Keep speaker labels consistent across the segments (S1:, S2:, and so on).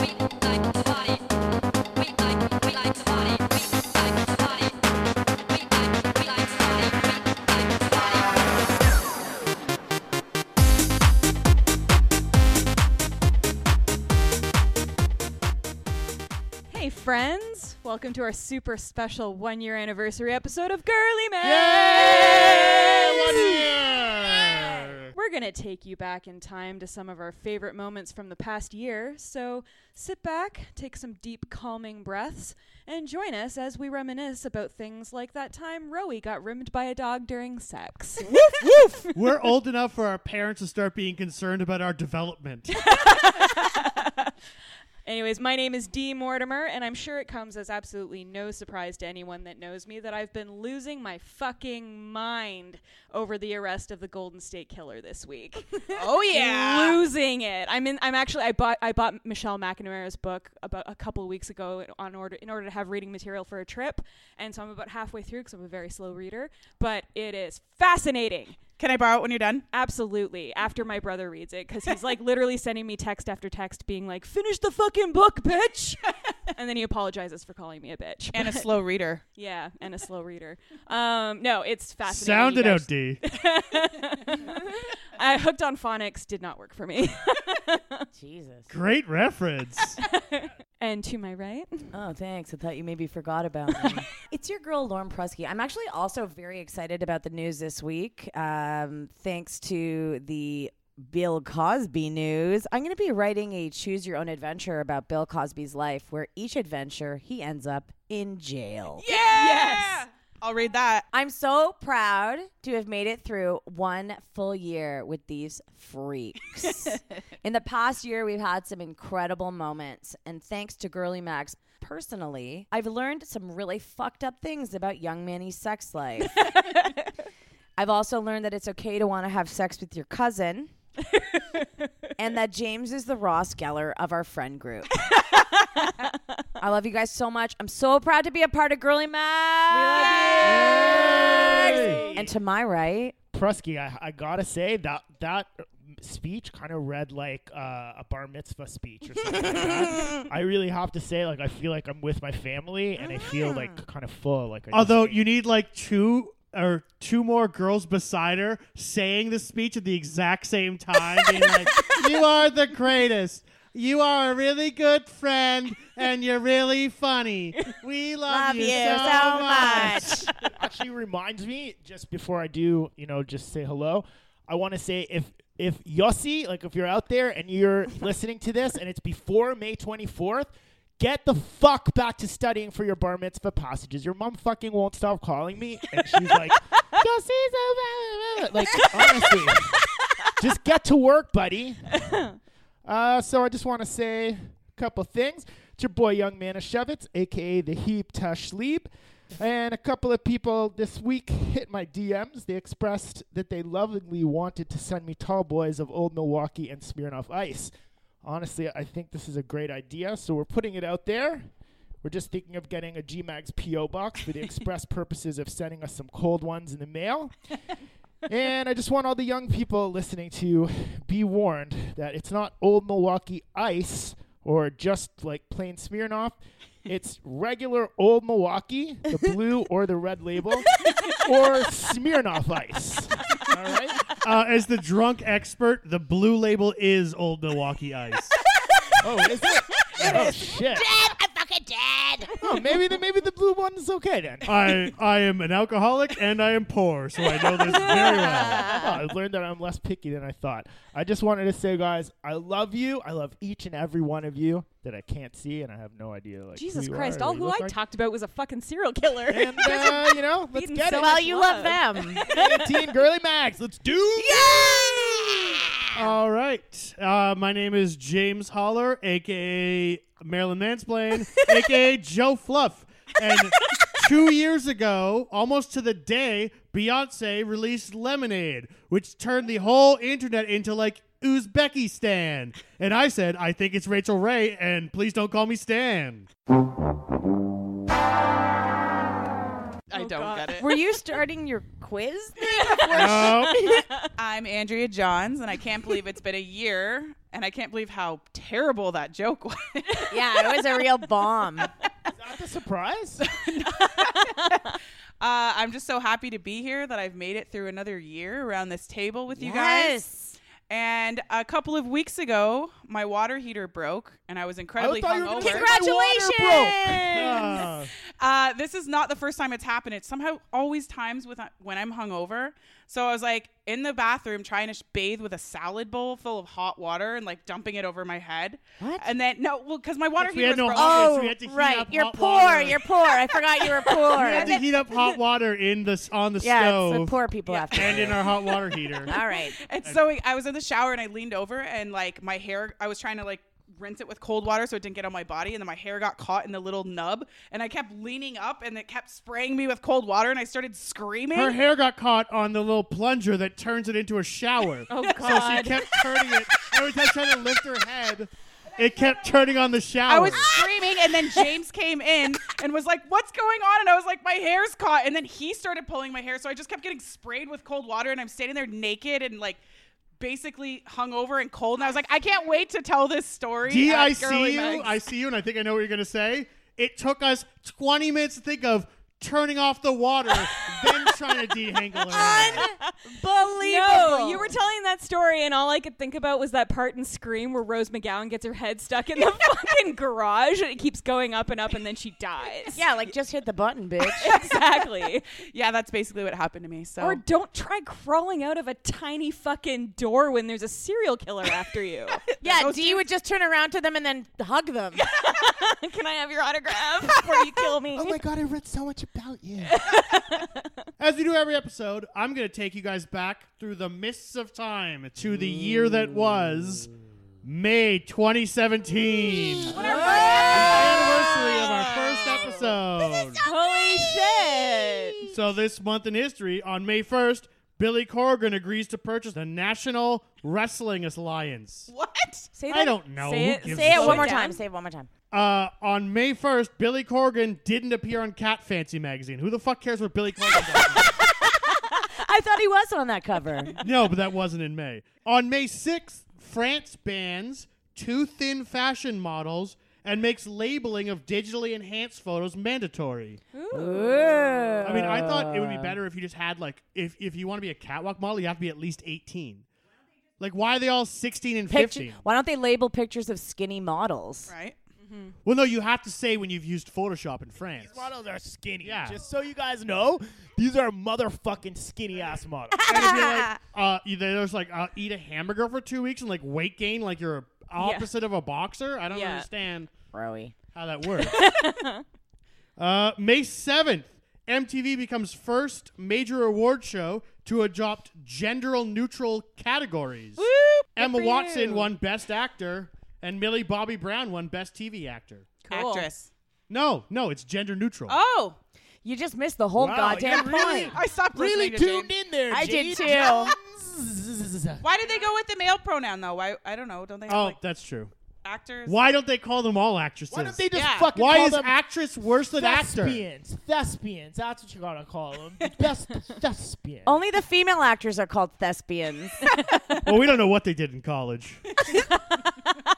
S1: We like to party. We like, we like to party. We like to party. We like, we like to party. We like to party.
S2: Hey, friends! Welcome to our super special one year anniversary episode of Girly Man! We're going to take you back in time to some of our favorite moments from the past year, so sit back, take some deep, calming breaths, and join us as we reminisce about things like that time Rowie got rimmed by a dog during sex.
S3: We're old enough for our parents to start being concerned about our development.
S2: Anyways, my name is Dee Mortimer, and I'm sure it comes as absolutely no surprise to anyone that knows me that I've been losing my fucking mind over the arrest of the Golden State Killer this week.
S4: Oh yeah.
S2: losing it. I'm in. I'm actually. I bought. I bought Michelle McNamara's book about a couple of weeks ago on order in order to have reading material for a trip, and so I'm about halfway through because I'm a very slow reader. But it is fascinating.
S4: Can I borrow it when you're done?
S2: Absolutely. After my brother reads it, because he's like literally sending me text after text, being like, "Finish the fucking book, bitch," and then he apologizes for calling me a bitch.
S4: And a slow reader.
S2: yeah, and a slow reader. Um, no, it's fascinating.
S3: Sound
S2: You
S3: it
S2: guys-
S3: out, D.
S2: I hooked on phonics did not work for me.
S5: Jesus.
S3: Great reference.
S2: and to my right,
S5: Oh, thanks. I thought you maybe forgot about me. it's your girl, Lauren Prusky. I'm actually also very excited about the news this week. Um, thanks to the Bill Cosby news, I'm going to be writing a choose your own adventure about Bill Cosby's life, where each adventure he ends up in jail.
S4: Yeah. I'll read that.
S5: I'm so proud to have made it through one full year with these freaks. In the past year, we've had some incredible moments, and thanks to Girly Max personally, I've learned some really fucked up things about young Manny's sex life. I've also learned that it's okay to want to have sex with your cousin. and that James is the Ross Geller of our friend group. I love you guys so much. I'm so proud to be a part of Girly Max. And to my right,
S6: Prusky, I, I gotta say that that speech kind of read like uh, a bar mitzvah speech or something. like that. I really have to say, like, I feel like I'm with my family, and I feel like kind of full. Like, I just
S3: Although
S6: ate-
S3: you need like two or two more girls beside her saying the speech at the exact same time, being like, "You are the greatest." You are a really good friend, and you're really funny. We love,
S6: actually reminds me just before I do, you know, just say hello. I want to say if if Yossi, like if you're out there and you're listening to this and it's before May 24th, get the fuck back to studying for your bar mitzvah passages. Your mom fucking won't stop calling me, and she's like, Yossi's over. Like honestly, just get to work, buddy. Uh, so I just want to say a couple things. It's your boy Young Manischewitz, aka the Heap Tush Lieb. And a couple of people this week hit my DMs. They expressed that they lovingly wanted to send me tall boys of old Milwaukee and Smirnoff Ice. Honestly, I think this is a great idea, so we're putting it out there. We're just thinking of getting a GMAG's PO box for the express purposes of sending us some cold ones in the mail. and I just want all the young people listening to be warned that it's not old Milwaukee ice or just like plain Smirnoff. It's regular old Milwaukee, the blue or the red label, or Smirnoff ice. All right?
S3: Uh, as the drunk expert, the blue label is Old Milwaukee Ice.
S6: Oh, is it? oh, shit.
S4: I'm fucking dead.
S6: Oh, maybe the, maybe the blue one's okay then.
S3: I I am an alcoholic and I am poor, so I know this very well.
S2: Uh-huh.
S6: Oh, I learned that I'm less picky than I thought. I just wanted to say, guys, I love you. I love each and every one of you that I can't see, and I have no idea. Like who
S2: Jesus
S6: you
S2: Christ,
S6: are, or
S2: all
S6: what
S2: who
S6: you
S2: I
S6: look like.
S2: talked about was a fucking serial killer.
S6: And uh, you know, let's
S2: Beating
S6: get
S2: so
S6: it.
S2: much
S5: well, you love them.
S6: 18 girly mags. Let's do.
S3: All right. Uh, my name is James Holler, aka Marilyn Mansplain, aka Joe Fluff. And two years ago, almost to the day, Beyonce released Lemonade, which turned the whole internet into like Uzbekistan. And I said, I think it's Rachel Ray, and please don't call me Stan.
S4: I
S2: Oh,
S4: don't
S2: God.
S4: get it.
S5: Were you starting your quiz?
S3: No.
S4: I'm Andrea Johns, and I can't believe it's been a year, and I can't believe how terrible that joke was.
S5: yeah, it was a real bomb.
S6: Not the surprise.
S4: Uh, I'm just so happy to be here that I've made it through another year around this table with you guys.
S5: yes.
S4: And a couple of weeks ago, my water heater broke, and I was incredibly
S6: thought you were gonna
S4: hungover.
S6: say
S5: Oh, Congratulations.
S6: Ah.
S4: Uh, this is not the first time it's happened. It's somehow always times with uh, when I'm hungover. So I was like in the bathroom trying to sh- bathe with a salad bowl full of hot water and like dumping it over my head.
S5: What?
S4: And then no, well, because my water
S3: If we
S4: heater
S3: had no
S4: was broken.
S3: hot
S5: Oh,
S3: Obvious, we had to heat
S5: right.
S3: up
S5: You're
S3: hot
S5: poor.
S3: water.
S5: You're poor. I forgot you were
S3: we had to
S5: poor.
S3: heat up hot water in the on the
S5: yeah, it's
S3: stove
S5: what poor people have to
S3: and in
S5: do.
S3: our hot water heater.
S5: All right.
S4: And so I was in the shower and I leaned over and like my hair, I was trying to like rinse it with cold water so it didn't get on my body and then my hair got caught in the little nub and I kept leaning up and it kept spraying me with cold water and I started screaming.
S3: Her hair got caught on the little plunger that turns it into a shower. Oh God! So she kept turning it every time trying to lift her head. It kept turning on the shower.
S4: I was screaming, and then James came in and was like, "What's going on?" And I was like, "My hair's caught." And then he started pulling my hair, so I just kept getting sprayed with cold water, and I'm standing there naked and like basically hungover and cold. And I was like, "I can't wait to tell this story."
S3: D,
S4: at
S3: I see
S4: Girly
S3: you.
S4: Meg's."
S3: I see you, and I think I know what you're gonna say. It took us 20 minutes to think of turning off the water, then trying to dehangle her.
S5: Unbelievable.
S2: No, you were telling that story, and all I could think about was that part in Scream where Rose McGowan gets her head stuck in the fucking garage, and it keeps going up and up, and then she dies.
S5: yeah, like just hit the button, bitch.
S2: exactly.
S4: yeah, that's basically what happened to me. So
S2: Or don't try crawling out of a tiny fucking door when there's a serial killer after you.
S5: Yeah, D would just turn around to them and then hug them.
S2: Can I have your autograph before you kill me?
S7: Oh my god, I read so much about you.
S3: As we do every episode, I'm gonna take you guys back through the mists of time to the year that was May 2017.
S4: Mm.
S3: The anniversary of our first episode.
S2: Holy shit!
S3: So this month in history, on May 1st, Billy Corgan agrees to purchase the National Wrestling Alliance.
S4: what?
S5: Say
S3: I don't know.
S2: Say
S3: Who
S2: it-
S3: gives
S5: Say
S3: a
S5: it one
S3: shit?
S5: more
S2: Down.
S5: time. Say it one more time.
S3: Uh, on May 1st, Billy Corgan didn't appear on Cat Fancy magazine. Who the fuck cares what Billy Corgan does?
S5: I thought he was on that cover.
S3: no, but that wasn't in May. On May 6th, France bans too thin fashion models and makes labeling of digitally enhanced photos mandatory. I mean, I thought it would be better if you just had like if if you want to be a catwalk model, you have to be at least 18. Like why are they all 16 and
S5: Picture-
S3: 15?
S5: why don't they label pictures of skinny models?
S4: Right?
S3: Well, no, you have to say when you've used Photoshop in France.
S6: These models are skinny.
S3: Yeah.
S6: Just so you guys know, these are motherfucking skinny ass models.
S3: And it'd be like, uh, you- there's like uh, eat a hamburger for two weeks and like weight gain, like you're opposite of a boxer. I don't
S2: Yeah.
S3: understand
S5: Rowie.
S3: how that works. uh, May 7th, MTV becomes first major award show to adopt gender neutral categories. Emma
S2: for
S3: Watson
S2: you.
S3: won Best Actor, and Millie Bobby Brown won Best TV Actor.
S2: Cool.
S4: Actress.
S3: No, no, it's gender neutral.
S4: Oh,
S5: You just missed the whole
S6: Wow,
S5: goddamn
S6: you really-
S5: point.
S4: I stopped
S6: really
S4: listening to James.
S6: tuned in there.
S5: I did
S6: Jade
S5: too.
S6: Jones.
S4: Why did they go with the male pronoun though? Why I don't know. Don't they have
S3: Oh,
S4: like
S3: that's true.
S4: actors?
S3: Why don't they call them all actresses?
S6: Why don't they just
S4: Yeah.
S6: fucking
S3: Why
S6: call
S3: is
S6: them
S3: actress worse than actor?
S6: thespians? Thespians. That's what you gotta call them. The Best thespian.
S5: Only the female actors are called thespians.
S3: Well, we don't know what they did in college.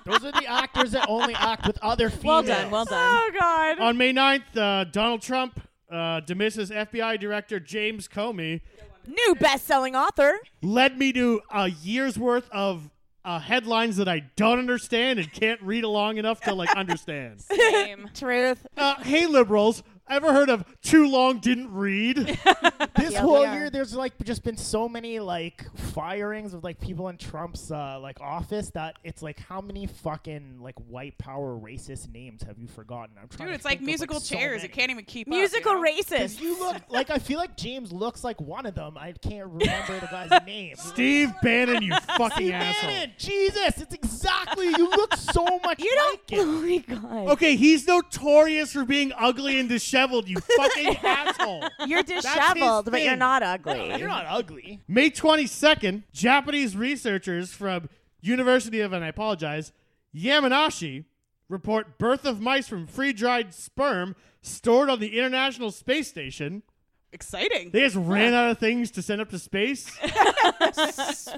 S6: Those are the actors that only act with other females.
S2: Well done, well done.
S5: oh God.
S3: On May 9th, uh, Donald Trump uh, dismisses FBI Director James Comey,
S5: New best-selling author.
S3: led me to a year's worth of uh, headlines that I don't understand and can't read along enough to like understand.
S2: Same.
S5: Truth.
S3: Uh, hey, liberals, ever heard of too long didn't read?
S6: This
S5: Yeah,
S6: whole
S5: we are.
S6: year, there's like just been so many like firings of like people in Trump's uh, like office that it's like how many fucking like white power racist names have you forgotten? I'm trying.
S4: Dude,
S6: to
S4: it's like
S6: think of,
S4: musical
S6: so
S4: chairs.
S6: many.
S4: It can't even keep
S5: Musical
S4: up. you know?
S5: racist.
S6: You look like I feel like James looks like one of them. I can't remember the guy's name.
S3: Steve Bannon, you fucking
S6: Steve
S3: asshole.
S6: Bannon. Jesus, it's exactly. You look so much.
S5: You don't.
S6: like him.
S5: Oh my God.
S3: Okay, he's notorious for being ugly and disheveled, you fucking asshole.
S5: You're disheveled, but you're
S3: thing.
S5: not ugly.
S6: You're not ugly.
S3: May 22nd, Japanese researchers from University of, and I apologize, Yamanashi report birth of mice from free dried sperm stored on the International Space Station.
S4: Exciting.
S3: They just ran out of things to send up to space.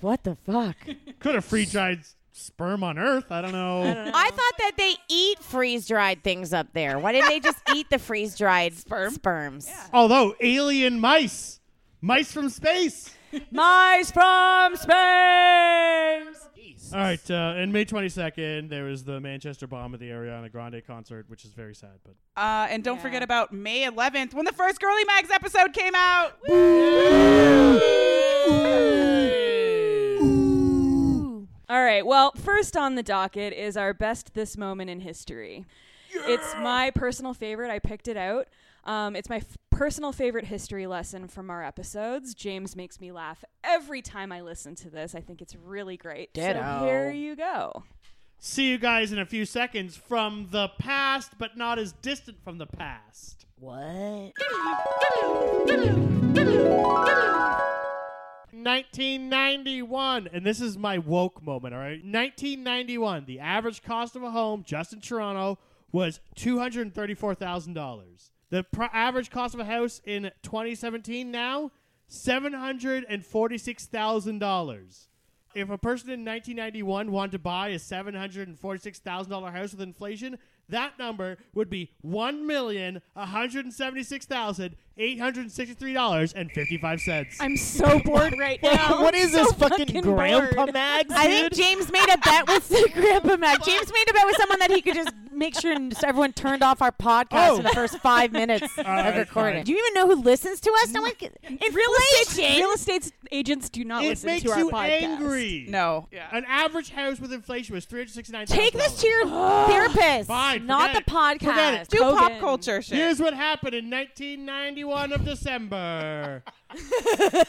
S5: what the fuck?
S3: Could have free dried sperm on Earth. I don't know.
S5: I thought that they eat freeze dried things up there. Why didn't they just eat the freeze dried
S4: Sperm.
S5: sperms?
S3: Although alien mice, mice from space.
S5: Mice from space.
S3: All right, uh, and May 22nd, there was the Manchester bomb at the Ariana Grande concert, which is very sad. But
S4: Uh, and don't forget about May 11th when the first Girly Mags episode came out.
S2: All right. Well, first on the docket is our best this moment in history. It's my personal favorite. I picked it out. Um, it's my f- personal favorite history lesson from our episodes. James makes me laugh every time I listen to this. I think it's really great.
S5: Ditto.
S2: So here you go.
S3: see you guys in a few seconds from the past, but not as distant from the past.
S5: What?
S3: 1991, and this is my woke moment, all right? 1991, the average cost of a home just in Toronto was $234,000. The pr- average cost of a house in 2017 now, $746,000. If a person in 1991 wanted to buy a $746,000 house with inflation, that number would be $1,176,863.55.
S2: I'm so bored right now.
S6: what is this fucking, grandpa mags?
S5: I think James made a bet with the Grandpa Mac. James made a bet with someone that he could just make sure n- so everyone turned off our podcast
S3: Oh.
S5: in the first five minutes of
S3: right,
S5: recording.
S3: fine.
S5: Do you even know who listens to us? No one. Can-
S2: Real estate, real estate agents do not
S3: it
S2: listen
S3: makes
S2: to our
S3: you
S2: podcast.
S3: angry.
S4: No. Yeah.
S3: An average house with inflation was three hundred sixty-nine.
S5: Take this to your therapist,
S3: Fine,
S5: not
S3: forget
S5: the
S3: it. Forget
S5: podcast.
S3: it.
S4: Do
S2: Hogan.
S4: pop culture shit.
S3: Here's what happened in 1991 of December.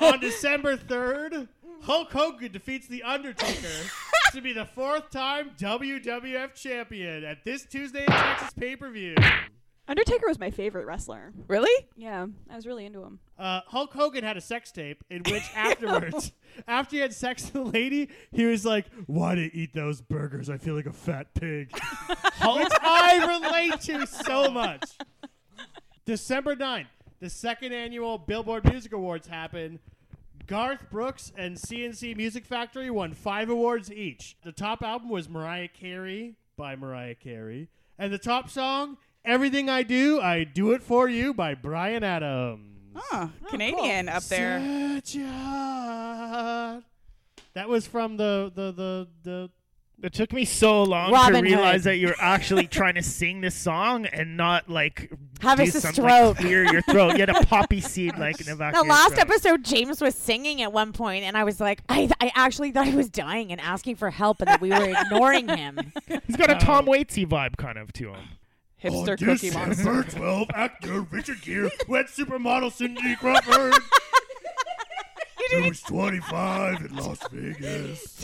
S3: On December 3rd, Hulk Hogan defeats The Undertaker to be the fourth time WWF champion at this Tuesday in Texas pay per view.
S2: Undertaker was my favorite wrestler.
S4: really?
S2: Yeah, I was really into him.
S3: Uh, Hulk Hogan had a sex tape in which afterwards, after he had sex with the lady, he was like, "Why do you eat those burgers? I feel like a fat pig," which I relate to so much. December 9th, the second annual Billboard Music Awards happened. Garth Brooks and CNC Music Factory won five awards each. The top album was Mariah Carey by Mariah Carey, and the top song, "Everything I Do, I Do It For You" by Brian Adams.
S4: Huh. Canadian up there.
S3: Such a heart. That was from the the the the.
S6: It took me so long
S5: Robin
S6: to realize
S5: Hood.
S6: that you're actually trying to sing this song and not like
S5: Have
S6: do
S5: us a
S6: something like
S5: stroke.
S6: clear your throat. You had a poppy seed like in the back.
S5: The
S6: of your
S5: last
S6: throat.
S5: episode, James was singing at one point, and I was like, I, I actually thought he was dying and asking for help, and that we were ignoring him.
S6: He's got a
S8: Oh.
S6: Tom Waitsy vibe kind of to him.
S4: Hipster cookie monster.
S3: Twelve actor Richard Gere, wet supermodel Cindy Crawford. Who was 25 in Las Vegas.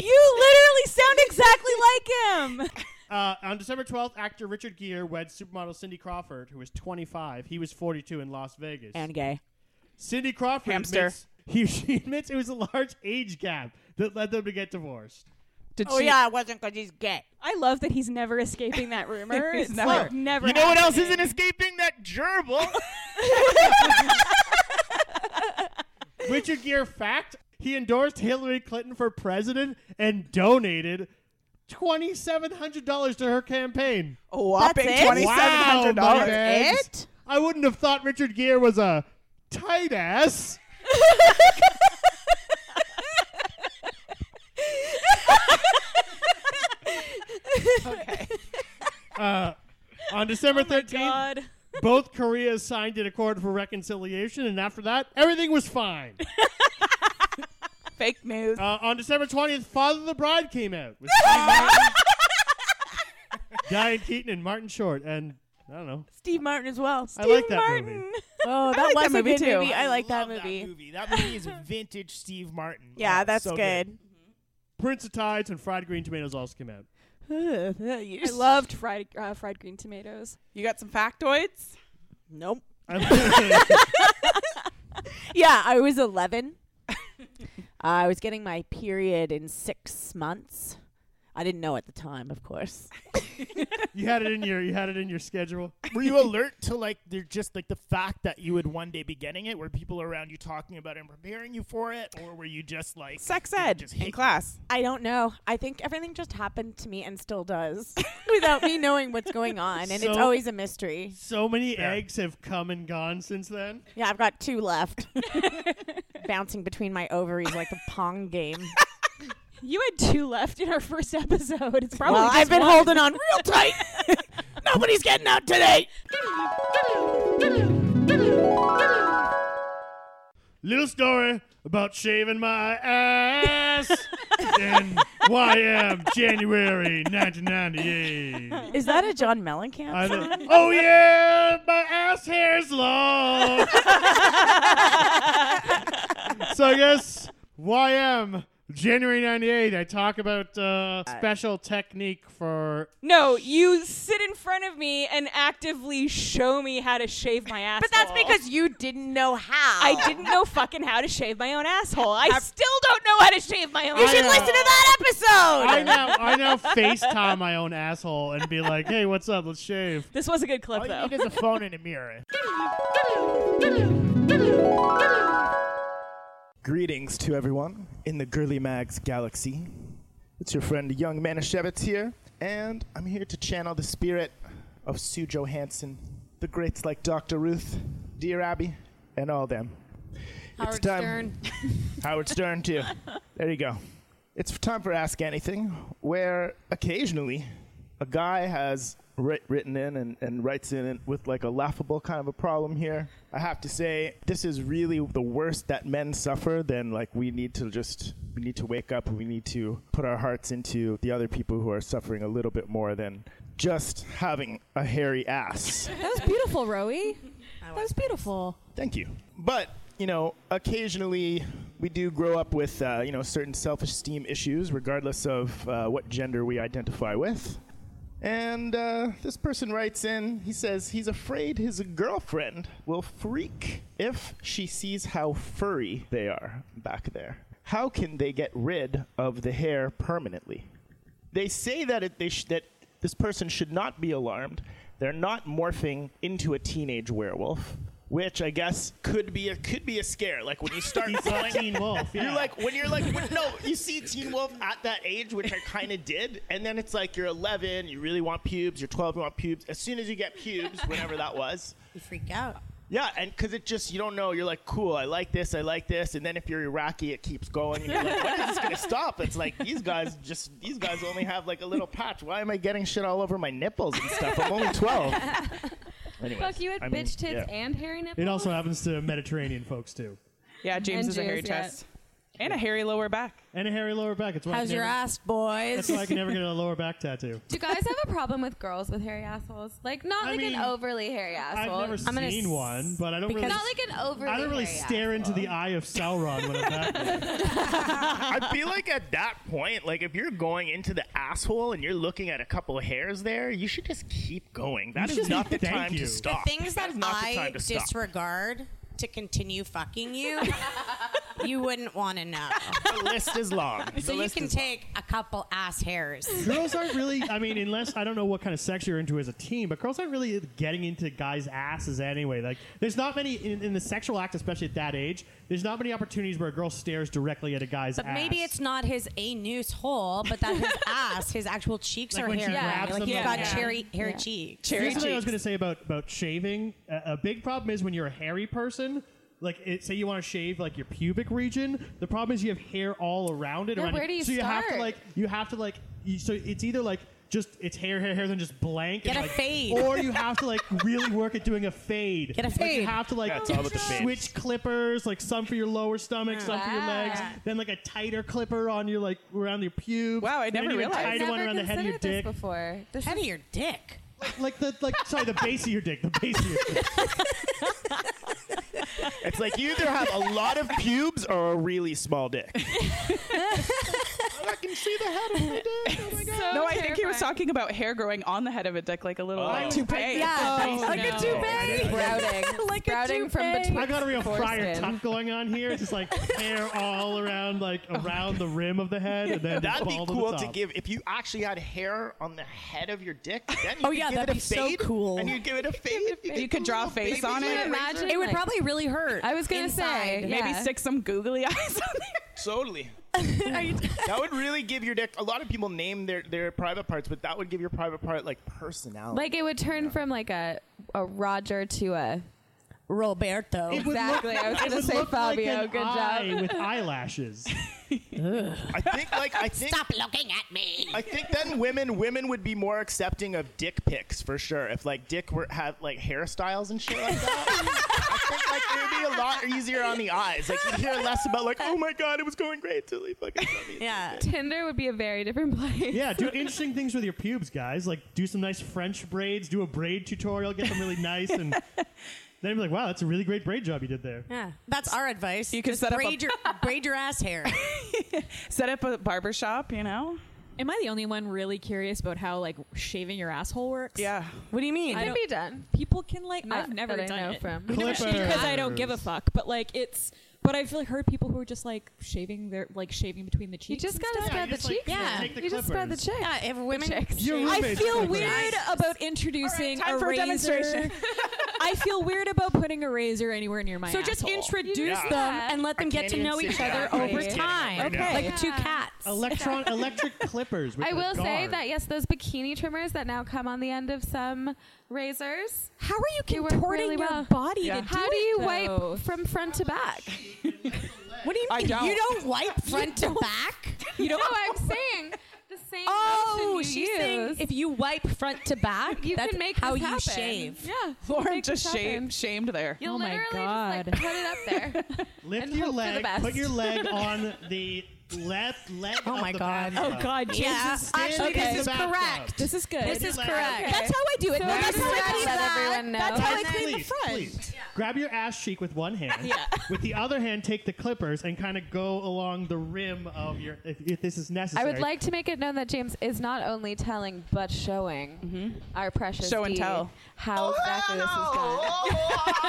S2: you literally sound exactly like him.
S3: Uh, on December 12th, actor Richard Gere wed supermodel Cindy Crawford, who was 25. He was 42 in Las Vegas.
S5: And gay.
S3: Cindy Crawford
S4: Hamster.
S3: admits- he, she admits it was a large age gap that led them to get divorced.
S4: Did
S5: Oh,
S4: she-
S5: yeah, it wasn't because he's gay.
S2: I love that he's never escaping that rumor.
S4: He's
S2: it's
S4: never.
S2: like never.
S6: You know what else isn't
S2: happening.
S6: escaping that gerbil?
S3: Richard Gere fact: He endorsed Hillary Clinton for president and donated twenty seven hundred dollars to her campaign.
S4: A whopping
S5: That's it?
S4: $2,700.
S3: Wow, Mike. Eggs? I wouldn't have thought Richard Gere was a tight ass.
S4: Okay.
S3: Uh, on December
S2: Oh my
S3: thirteenth,
S2: God.
S3: both Koreas signed an accord for reconciliation, and after that, everything was fine.
S4: Fake news.
S3: Uh, on December 20th, Father of the Bride came out with Steve Martin, Diane Keaton, and Martin Short. And I don't know.
S5: Steve Martin as well.
S3: I like that movie.
S5: Oh, that
S4: like
S5: was
S4: that
S5: a
S4: movie
S5: good
S4: too.
S5: movie. I like that
S6: Love
S5: movie.
S6: That movie. That movie is vintage Steve Martin.
S5: Yeah,
S6: Oh,
S5: that's
S6: so
S5: good.
S3: Prince of Tides and Fried Green Tomatoes also came out.
S5: You
S2: I
S5: just-
S2: loved fried uh, fried green tomatoes.
S4: You got some factoids?
S5: Nope.
S3: I-
S5: Yeah, I was 11. I was getting my period in six months. I didn't know at the time, of course.
S3: You had it in your you had it in your schedule.
S9: Were you alert to like they're just like the fact that you would one day be getting it? Were people around you talking about it and preparing you for it, or were you just like
S4: Sex
S9: it
S4: ed
S9: just hit
S4: in
S9: you?
S4: class.
S5: I don't know. I think everything just happened to me and still does without me knowing what's going on. And it's
S3: So-
S5: always a mystery.
S3: So many
S9: Yeah.
S3: eggs have come and gone since then.
S5: Yeah, I've got two left. Bouncing between my ovaries like a pong game.
S2: You had two left in our first episode. It's probably
S5: well,
S2: just
S5: I've been
S2: one.
S5: holding on real tight.
S9: Nobody's getting out today.
S3: Little story about shaving my ass in YM January 1998.
S5: Is that a John Mellencamp?
S3: I know- oh yeah, my ass hair's long. so I guess YM January 98 I talk about uh, special technique for
S2: No, you sit in front of me and actively show me how to shave my asshole.
S5: but that's because you didn't know how.
S2: I didn't know fucking how to shave my own asshole. I still don't know how to shave my own.
S5: You should
S3: know.
S5: listen to that episode.
S3: I now I now FaceTime my own asshole and be like, "Hey, what's up? Let's shave."
S2: This was a good clip
S9: All you
S2: though.
S9: need is a phone and a mirror.
S6: Greetings to everyone in the Girly Mags galaxy. It's your friend Young Manischewitz here, and I'm here to channel the spirit of Sue Johansson, the greats like Dr. Ruth, Dear Abby, and all them. Howard it's time. Stern. Howard Stern, too. There you go. It's time for Ask Anything, where occasionally a guy has writ- written in and, and writes in it with like a laughable kind of a problem here. I have to say, this is really the worst that men suffer. Then, like, we need to just, we need to wake up. We need to put our hearts into the other people who are suffering a little bit more than just having a hairy ass.
S2: That was beautiful, Rowie. That was beautiful.
S6: Thank you. But you know, occasionally we do grow up with uh, you know certain self-esteem issues, regardless of uh, what gender we identify with. And uh, this person writes in. He says he's afraid his girlfriend will freak if she sees how furry they are back there. How can they get rid of the hair permanently? they say that it, they sh- that this person should not be alarmed. They're not morphing into a teenage werewolf, which I guess could be a could be a scare. Like when you start falling,
S3: Teen Wolf. Yeah.
S6: you're like when you're like when, no, you see Teen Wolf at that age, which I kind of did, and then it's like you're 11, you really want pubes. You're 12, you want pubes. As soon as you get pubes, whenever that was,
S5: you freak out.
S6: yeah, and because it just you don't know. You're like, cool, I like this, I like this, and then if you're Iraqi, it keeps going. And you're like, when is this gonna stop? It's like these guys just these guys only have like a little patch. Why am I getting shit all over my nipples and stuff? I'm only twelve. Anyways,
S1: Fuck, you had
S6: I
S1: bitch
S6: mean,
S1: tits
S6: yeah.
S1: and hairy nipples.
S3: It also happens to Mediterranean folks too.
S4: Yeah, James
S1: And
S4: is a hairy
S1: jizz, yeah.
S4: chest and a hairy lower back.
S3: And a hairy lower back. It's why I
S5: How's
S3: can
S5: your
S3: never-
S5: ass, boys?
S3: That's why I can never get a lower back tattoo.
S1: Do you guys have a problem with girls with hairy assholes? Like not
S3: I
S1: like
S3: mean,
S1: an overly hairy asshole.
S3: I've never
S5: I'm gonna
S3: seen
S5: s-
S3: one, but I don't really.
S1: not like an overly.
S3: I don't really
S1: hairy
S3: stare into the eye of Sauron when I'm back there.
S6: I feel like at that point, like if you're going into the asshole and you're looking at a couple of hairs there, you should just keep going. That is
S3: should-
S6: not the
S3: Thank
S6: time
S3: you.
S6: to
S3: The
S6: stop.
S10: things that
S6: is not the
S10: I
S6: time to stop.
S10: disregard to continue fucking you, you wouldn't want to know.
S6: The list is long.
S10: So
S6: The
S10: you
S6: list
S10: can
S6: is long.
S10: take a couple ass hairs.
S3: girls aren't really. I mean, unless I don't know what kind of sex you're into as a teen, but girls aren't really getting into guys' asses anyway. Like, there's not many in, in the sexual act, especially at that age. There's not many opportunities where a girl stares directly at a guy's
S10: But
S3: ass.
S10: maybe it's not his anus hole, but that his ass, his actual cheeks
S3: Like
S10: are
S3: when she
S10: hairy.
S3: grabs
S10: like
S3: them
S10: you've
S3: by
S10: got
S3: the-
S10: cherry hair cheeks.
S3: Here's something I was going to say about about shaving. A, a big problem is when you're a hairy person. Like, it, say you want to shave like your pubic region. The problem is you have hair all around it.
S1: Yeah,
S3: around
S1: where do you
S3: so you have to
S1: start?
S3: like you have to like you, so it's either like just it's hair hair hair then just blank
S10: Get
S3: and,
S10: a
S3: like,
S10: fade.
S3: or you have to like really work at doing a fade.
S10: Get a
S3: Like,
S10: fade.
S3: you have to like
S6: Yeah, it's all about the fades.
S3: switch clippers, like some for your lower stomach, some for your legs,
S1: Wow.
S3: then like a tighter cliper on your like around your pubes.
S4: Wow, I
S3: and
S4: never
S3: then even
S4: realized.
S1: I've
S3: tighter
S1: never
S3: one around the head of your
S1: considered this
S3: dick,
S1: before. This
S10: Head
S1: is
S10: of your dick.
S3: like the like sorry the base of your dick, the base of your dick.
S6: It's like you either have a lot of pubes or a really small dick. I can see the head of her dick. Oh my god.
S4: no, I think he was talking about hair growing on the head of a dick, like a little Oh,
S6: Oh.
S4: like, toupee.
S11: Yeah,
S4: like a toupee.
S11: Sprouting.
S4: Like a
S11: sprouting from
S4: toupee.
S11: between
S3: I got a real Friar
S11: foreskin.
S3: Tuck going on here. It's Just like hair all around, like around the rim of the head, and then
S6: That'd be
S3: bald at the
S6: cool to
S3: top.
S6: give if you actually had hair on the head of your dick. Then you
S12: Oh,
S6: could
S12: yeah,
S6: give
S12: that'd
S6: it
S12: be
S6: a
S12: so
S6: fade,
S12: cool.
S6: And you'd give it a fade.
S4: You could draw a face on
S12: Can you
S4: it.
S10: Oh.
S12: imagine?
S11: It would probably
S12: really hurt. I was gonna say
S11: inside.
S4: Maybe
S12: yeah.
S4: stick some googly eyes on
S6: Totally. that would really give your dick. A lot of people name their, their private parts, but that would give your private part like personality.
S12: Like it would turn from like a a Roger to a
S5: Roberto.
S3: It would
S11: Exactly.
S3: Look,
S11: I was
S3: it
S11: gonna
S3: would
S11: say
S3: look like
S11: Fabio.
S3: an
S11: Good
S3: eye
S11: job.
S3: With eyelashes.
S6: I think like I think
S5: Stop looking at me.
S6: I think then women women would be more accepting of dick pics for sure. If like dick were had like hairstyles and shit like that, I think like it would be a lot easier on the eyes. Like you'd hear less about like oh my god it was going great till he fucking saw me.
S5: Yeah.
S12: Tinder would be a very different place.
S3: Yeah, do interesting things with your pubes, guys. Like do some nice French braids. Do a braid tutorial. Get them really nice, and then be like, "Wow, that's a really great braid job you did there."
S5: Yeah, that's our advice.
S4: You can
S5: Just
S4: set up a-
S5: braid your braid your ass hair.
S4: it. Set up a barber shop, you know?
S2: Am I the only one really curious about how like shaving your asshole works?
S4: Yeah.
S5: What do you mean?
S2: I
S12: It
S2: don't-
S12: can be done.
S2: People can like
S12: Not
S2: I've never
S12: that I
S2: done
S12: know
S2: it
S12: from.
S2: I've never-
S3: Clippers.
S2: because I don't give a fuck. But like it's but I've like, heard people who are just like shaving their like shaving between the
S12: You
S2: cheeks.
S12: just
S2: and
S12: gotta
S2: stuff.
S12: spread
S3: you
S12: the
S3: just, like,
S12: cheeks.
S3: Yeah. take the
S12: you just spread the
S3: clippers.
S12: cheeks.
S5: yeah, if women
S12: Chicks.
S3: Your
S2: I
S3: roommate's
S2: feel
S3: clippers.
S2: weird about introducing
S4: time
S2: a
S4: for a
S2: razor.
S4: demonstration.
S2: I feel weird about putting a razor anywhere near my
S13: So just
S2: asshole.
S13: introduce
S6: Yeah.
S13: them and let them
S6: I
S13: get
S6: can't
S13: to
S6: even
S13: know
S6: sit
S13: each
S6: down.
S13: other
S6: I'm
S13: over
S6: getting it
S13: time.
S6: right now.
S13: Like two
S12: Yeah.
S13: cats.
S3: Electron electric clippers. With
S12: I
S3: the
S12: will say
S3: guard.
S12: that yes, those bikini trimmers that now come on the end of some razors.
S2: How are you
S12: They work
S2: contorting
S12: really
S2: your
S12: well.
S2: body
S4: Yeah.
S2: to do
S12: How do you
S2: it, though?
S12: wipe from front to back?
S5: What do you
S4: I
S5: mean?
S4: don't.
S5: You don't wipe front to back?
S12: You know, I'm saying the same.
S13: Oh,
S12: motion you
S13: she's saying
S12: use,
S13: if you wipe front to back,
S12: you
S13: that's
S12: can make
S13: how
S12: this
S13: you
S12: happen.
S13: shave.
S12: Yeah, you can
S4: Lauren
S12: make
S4: just
S12: this happen.
S4: shamed, shamed there.
S12: You'll
S2: Oh my
S12: literally just like put it up there.
S3: Lift
S12: and
S3: your
S12: hope for the
S3: leg.
S12: best.
S3: Put your leg on the left leg.
S5: Oh
S3: of
S5: my
S3: the
S5: God.
S3: bathtub.
S2: Oh God, James
S5: Yeah.
S2: is-
S5: Actually,
S2: Okay.
S5: this is
S3: Bathtub.
S5: correct.
S2: this is good.
S13: This is
S3: Relax.
S13: correct.
S3: Okay.
S13: That's how I do it.
S12: So
S13: No,
S12: I
S13: that's
S12: just
S13: how I
S12: gotta
S13: clean
S12: let
S13: that.
S12: everyone know.
S13: That's how I clean
S3: Please,
S13: the front.
S3: please. Grab your ass cheek with one hand. With the other hand, take the clippers and kind of go along the rim of your. If, if this is
S12: I
S3: necessary.
S12: would like to make it known that James is not only telling but showing our precious
S4: Show and
S12: Dee
S4: tell.
S12: how
S5: Oh,
S12: exactly this is done.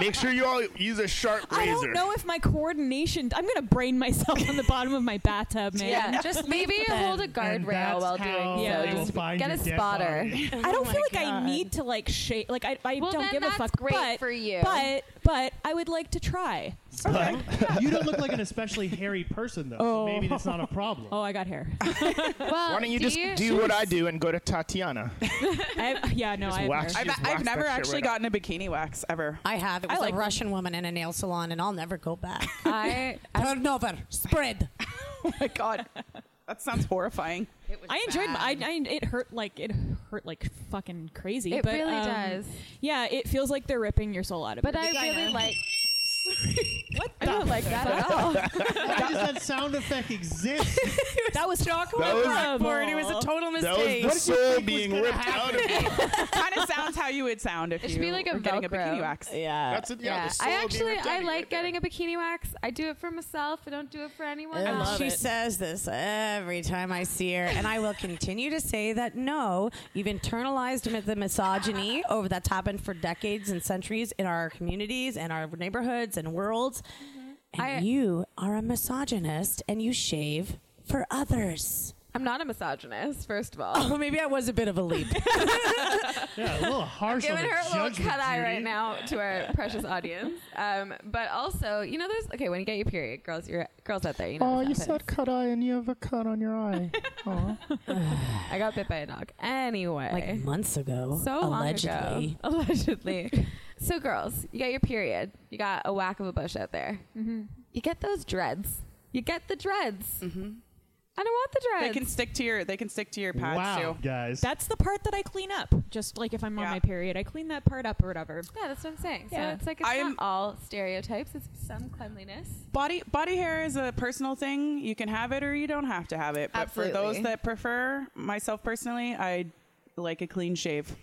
S6: Make sure you all use a sharp razor.
S2: I don't know if my coordination. I'm gonna brain myself on the bottom of my bathtub, man.
S12: Yeah, just maybe hold a
S3: And that's
S12: guardrail while
S3: how
S12: doing
S2: Yeah.
S12: so.
S3: you will
S12: Just
S3: find
S12: get
S3: your
S12: a
S3: dead
S12: spotter.
S3: body.
S2: I don't feel like I need to like shave. Like I, I
S12: Oh Well,
S2: don't
S12: then
S2: give
S12: that's
S2: a fuck.
S12: great
S2: but,
S12: for you.
S2: But but I would like to try.
S3: you don't look like an especially hairy person though, so maybe that's not a problem.
S2: Oh, I got hair.
S12: Well,
S6: Why don't you just do what I do and go to Tatiana?
S2: I, yeah, no, I have
S6: wax
S2: hair.
S6: She
S4: I've,
S6: just
S4: I've
S6: waxed
S4: never
S6: that shit
S4: actually
S6: right up.
S4: gotten a bikini wax ever.
S5: I have. It
S2: I
S5: was
S2: like
S5: a Russian woman in a nail salon, and I'll never go back.
S12: I, I
S5: Turn over, spread.
S4: Oh my God. That sounds horrifying.
S2: I enjoyed. My, I, I it hurt like it hurt like fucking crazy.
S12: It
S2: but,
S12: really
S2: um,
S12: does.
S2: Yeah, it feels like they're ripping your soul out of
S12: But
S2: it.
S12: I really like.
S2: what
S12: I don't like that at all.
S3: Why does that sound effect exist?
S2: that was chocolate.
S6: That was-
S5: total
S6: That was the soul being ripped out of me.
S4: kind of sounds how you would sound if
S12: It
S4: you
S12: should be like a
S4: were getting a
S12: Velcro.
S4: bikini wax.
S5: yeah.
S6: That's it. Yeah,
S12: Yeah,
S6: the soul
S12: I
S6: being
S12: actually
S6: ripped out
S12: I
S6: of you
S12: like
S6: right there.
S12: getting a bikini wax. I do it for myself. I don't do it for anyone.
S5: And
S12: else.
S5: she says this every time I see her, and I will continue to say that no, you've internalized mi- the misogyny over that's happened for decades and centuries in our communities and our neighborhoods and worlds. And
S2: Eh.
S12: I-
S5: you are a misogynist, and you shave for others.
S12: I'm not a misogynist. First of all,
S5: Oh, maybe I was a bit of a leap.
S3: yeah, a little
S2: Oh,
S3: harsh on
S12: giving
S3: the
S12: her a little
S3: judgment,
S12: cut eye
S3: Judy.
S12: right now to our precious audience. Um, but also, you know, there's okay when you get your period, girls, you're girls out there. You know,
S6: Oh,
S12: this
S6: you
S12: happens.
S6: said cut eye, and you have a cut on your eye. Aw.
S12: I got bit by a dog. Anyway,
S5: like months ago,
S12: so
S5: allegedly.
S12: long ago, allegedly. so, girls, you got your period. You got a whack of a bush out there.
S4: Mm-hmm.
S12: You get those dreads. You get the dreads. I don't want the
S4: Mm-hmm. They
S12: dreads.
S4: can stick to your they can stick to your pads
S3: Wow,
S4: too.
S3: guys.
S2: That's the part that I clean up. Just like if I'm on
S4: Yeah.
S2: my period, I clean that part up or whatever.
S12: yeah, that's what I'm saying.
S2: Yeah.
S12: So it's like it's
S4: I am-
S12: not all stereotypes. It's some cleanliness.
S4: Body body hair is a personal thing. You can have it or you don't have to have it. But for
S12: Absolutely.
S4: those that prefer, myself personally, I like a clean shave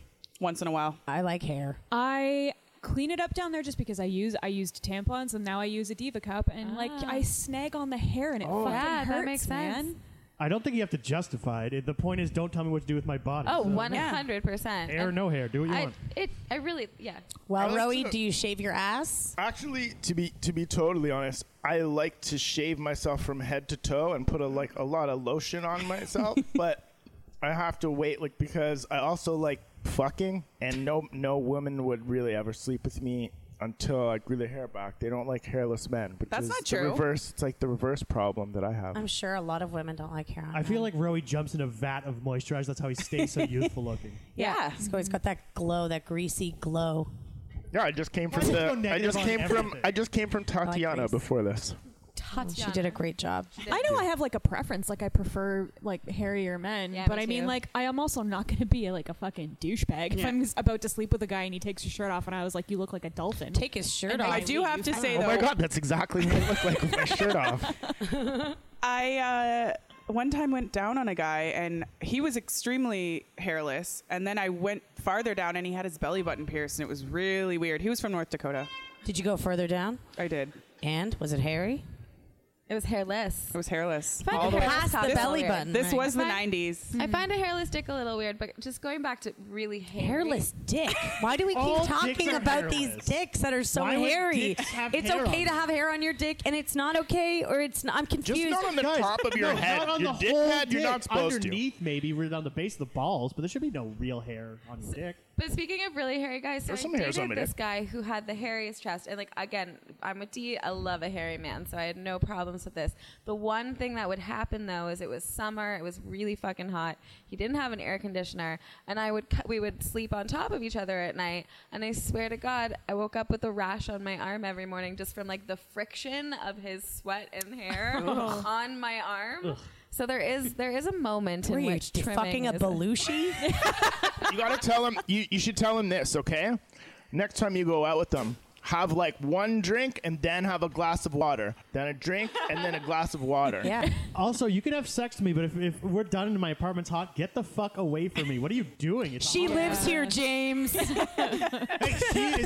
S4: once in a while.
S5: I like hair.
S2: I clean it up down there just because I use I used tampons and now I use a diva cup and like I snag on the hair and it
S4: Oh.
S2: fucking
S1: Ah. Yeah, that
S2: hurts,
S1: makes
S2: man.
S1: sense.
S3: I don't think you have to justify it. The point is, don't tell me what to do with my body.
S1: Oh,
S3: So-
S1: 100%.
S3: Hair or no hair, do what you
S1: I,
S3: want.
S1: It, I really, yeah.
S14: Well, Roey, do you shave your ass?
S6: Actually, to be to be totally honest, I like to shave myself from head to toe and put a like a lot of lotion on myself, but I have to wait like because I also like fucking and no no woman would really ever sleep with me until I grew the hair back. They don't like hairless men, which
S14: That's
S6: is
S14: not
S6: the
S14: true.
S6: reverse it's like the reverse problem that I have.
S14: I'm sure a lot of women don't like hair on.
S3: I feel like Roey jumps in a vat of moisturizer. That's how he stays so youthful looking.
S14: Yeah. So he's got that glow, that greasy glow.
S6: Yeah, I just came from
S14: don't you go
S6: the I
S14: negative
S6: just
S14: on
S6: came from
S14: everything?
S6: I just came from Tatiana before this.
S14: She did a great job.
S2: I know I have like a preference, like I prefer like hairier men,
S1: Yeah,
S2: but
S1: me
S2: I mean
S1: too.
S2: like I am also not going to be like a fucking douchebag if
S4: Yeah.
S2: I'm s- about to sleep with a guy and he takes his shirt off and I was like, you look like a dolphin. Take
S14: his shirt
S4: I do have to say
S6: oh
S4: though.
S6: my god, that's exactly what I look like with my shirt off.
S4: I uh, one time went down on a guy and he was extremely hairless. And then I went farther down and he had his belly button pierced and it was really weird. He was from North Dakota.
S14: Did you go further down?
S4: I did.
S14: And was it hairy?
S1: It was hairless.
S4: It was hairless.
S1: Find
S4: All
S1: a
S4: the way-
S1: hairless dick
S4: this,
S1: a little weird.
S4: This was the
S1: I find-
S4: 90s.
S1: I find a hairless dick a little weird, but just going back to really hairy.
S14: Hairless dick. Why do we keep
S1: All
S14: talking
S1: dicks are
S14: about
S1: hairless.
S14: these dicks that are so
S1: Why would
S14: hairy?
S1: dicks have
S14: It's
S1: hair
S14: okay
S1: on
S14: to
S1: them?
S14: have hair on your dick, and it's not okay, or it's not. I'm confused.
S6: not on the
S3: Guys,
S6: top of your
S3: no,
S6: head.
S3: Not on
S6: Your
S3: the
S6: dick
S3: whole
S6: head, you're
S3: dick.
S6: not supposed to.
S3: Underneath, maybe we're on the base of the balls, but there should be no real hair on your dick.
S1: But speaking of really hairy guys, so
S3: There's
S1: I
S3: some hairs on
S1: dated
S3: my
S1: this
S3: dick.
S1: guy who had the hairiest chest. And like again, I'm with D. I love a hairy man, so I had no problems with this. The one thing that would happen though is it was summer. It was really fucking hot. He didn't have an air conditioner, and I would cu- we would sleep on top of each other at night. And I swear to God, I woke up with a rash on my arm every morning just from like the friction of his sweat and hair
S14: Ugh.
S1: on my arm. So there is there is a moment
S14: Were
S1: in
S14: you
S1: which
S14: d-
S1: trimming
S14: fucking a
S1: is-
S14: Belushi?
S6: you gotta tell him. You, you should tell him this, okay? Next time you go out with them, have like one drink and then have a glass of water, then a drink and then a glass of water.
S3: also, you can have sex with me, but if, if we're done and my apartment's hot, get the fuck away from me. What are you doing? It's
S14: She
S3: hot.
S14: lives here, James.
S3: she is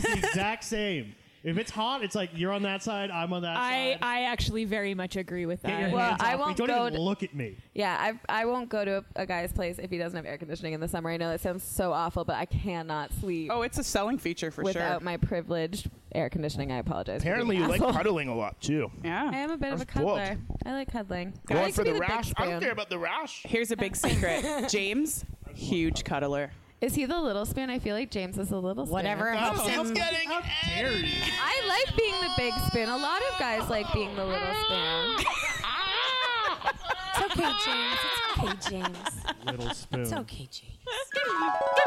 S3: the exact same. If it's hot, it's like you're on that side, I'm on that
S2: I
S3: side.
S2: I actually very much agree with
S3: Get
S1: I-
S3: your
S2: that.
S1: Well,
S3: hands
S1: I
S3: off me.
S1: won't
S3: Don't
S1: go
S3: even
S1: to-
S3: look at me.
S1: Yeah, I, I won't go to a, a guy's place if he doesn't have air conditioning in the summer. I know that sounds so awful, but I cannot sleep.
S4: Oh, it's a selling feature for
S1: without
S4: sure.
S1: my privileged air conditioning. I apologize. for
S6: Apparently,
S1: being
S6: you
S1: an
S6: like
S1: asshole.
S6: cuddling a lot too.
S4: Yeah.
S1: I am a bit of a
S6: That's bold.
S1: cuddler. I like cuddling. I
S6: Going
S1: like to
S6: for
S1: be
S6: the
S1: big
S6: rash. I don't
S1: spoon.
S6: care about the rash.
S4: Here's a big secret. James, huge cuddler.
S1: Is he the little spoon? I feel like James is the little spoon.
S14: Whatever
S4: No, helps he's him. getting
S1: How dare you? I like being the big spoon. A lot of guys like being the little spoon.
S14: it's okay, James. It's okay, James.
S3: Little spoon.
S14: It's okay, James.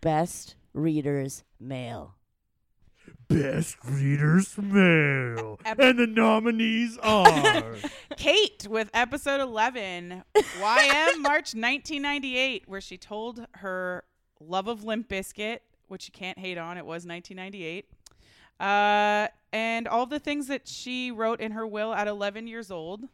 S5: Best Readers Mail.
S15: Best Readers Mail. and the nominees are.
S4: Kate with episode 11, YM March 1998, where she told her love of Limp Biscuit, which you can't hate on, it was 1998, uh, and all the things that she wrote in her will at 11 years old.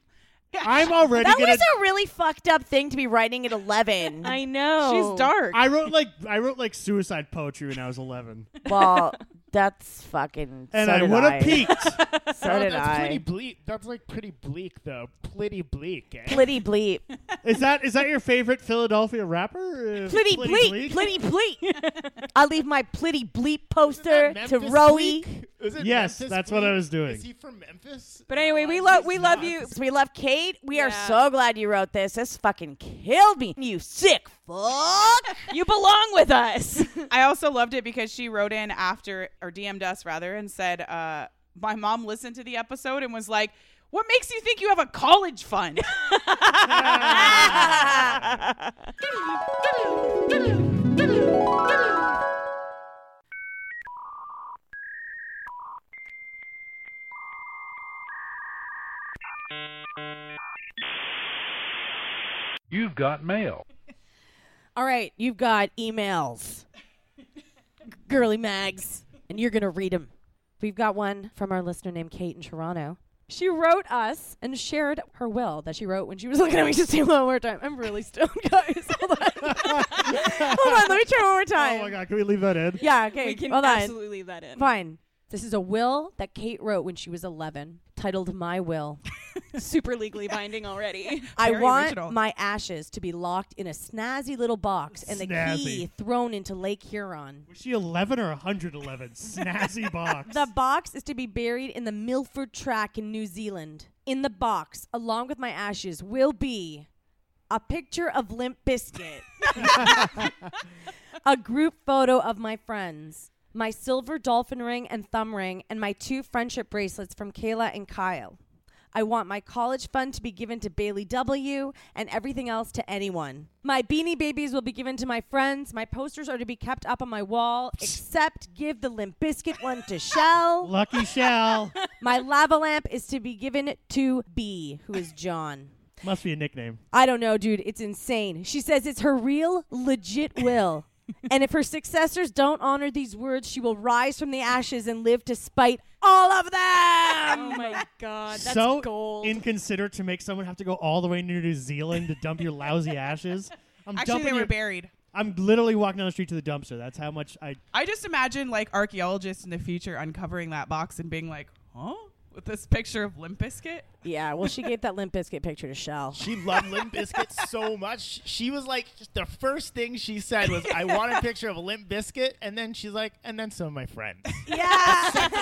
S5: I'm
S3: already
S5: That
S3: gonna-
S5: was a really fucked up thing to be writing at 11. I
S4: know. She's dark.
S3: I wrote like I wrote like suicide poetry when I was 11.
S5: Well, that's fucking.
S3: And
S5: so
S3: I
S5: did
S3: would've
S5: I.
S3: peaked.
S1: Oh,
S5: so did
S16: Oh, that's
S5: I.
S16: Pretty bleak. That's like pretty bleak, though. Pretty bleak. Eh?
S5: Plitty bleep.
S3: Is that is that your favorite Philadelphia rapper? Uh,
S5: Plitty
S3: Flitty
S5: bleep. Plitty bleep. I leave my plitty bleep poster to
S16: Memphis
S5: Roey.
S16: Is it
S3: Yes,
S16: Memphis
S3: that's what I
S16: bleak?
S3: was doing.
S16: Is he from Memphis?
S5: But anyway, we love we love you. We love Kate. We are so glad you wrote this. This fucking killed me. You sick fuck.
S4: you belong with us. I also loved it because she wrote in after, or DM'd us rather, and said, uh, My mom listened to the episode and was like, What makes you think you have a college fund?
S17: You've got mail.
S5: All right, you've got emails, girly mags, and you're gonna read them.
S18: We've got one from our listener named Kate in Toronto. She wrote us and shared her will that she wrote when she was looking at me. Just say one more time. I'm really stoned, guys. Hold on. Hold on. Let me
S19: picture one more time.
S3: Oh my god, can we leave that in?
S5: Yeah, okay.
S2: We can
S5: hold on.
S2: absolutely leave that in.
S5: Fine. This is a will that Kate wrote when she was 11, titled My Will.
S2: Super legally binding already.
S5: I want my ashes to be locked in a snazzy little box and the key
S3: Snazzy.
S5: thrown into Lake Huron.
S3: Was she 11 or 111? Snazzy box.
S5: The box is to be buried in the Milford Track in New Zealand. In the box, along with my ashes, will be a picture of Limp Biscuit, a group photo of my friends, my silver dolphin ring and thumb ring, and my two friendship bracelets from Kayla and Kyle. I want my college fund to be given to Bailey W and everything else to anyone. My beanie babies will be given to my friends. My posters are to be kept up on my wall, except give the Limp Biscuit one to Shell.
S3: Lucky Shell.
S5: My lava lamp is to be given to B, who is John.
S3: Must be a nickname.
S5: I don't know, dude. It's insane. She says it's her real, legit will. and if her successors don't honor these words, she will rise from the ashes and live to spite all of them. Oh
S2: my god, that's
S3: so
S2: gold.
S3: inconsiderate to make someone have to go all the way near New Zealand to dump your lousy ashes. I'm
S4: Actually,
S3: dumping
S4: they were
S3: your-
S4: buried.
S3: I'm literally walking down the street to the dumpster. That's how much I.
S4: I just imagine like archaeologists in the future uncovering that box and being like, huh? With this picture of Limp Biscuit?
S5: Yeah, well, she gave that Limp Biscuit picture to Shell.
S6: She loved Limp Biscuit so much. She was like, just the first thing she said was, "I want a picture of Limp Biscuit," and then she's like, "And then some of my friends."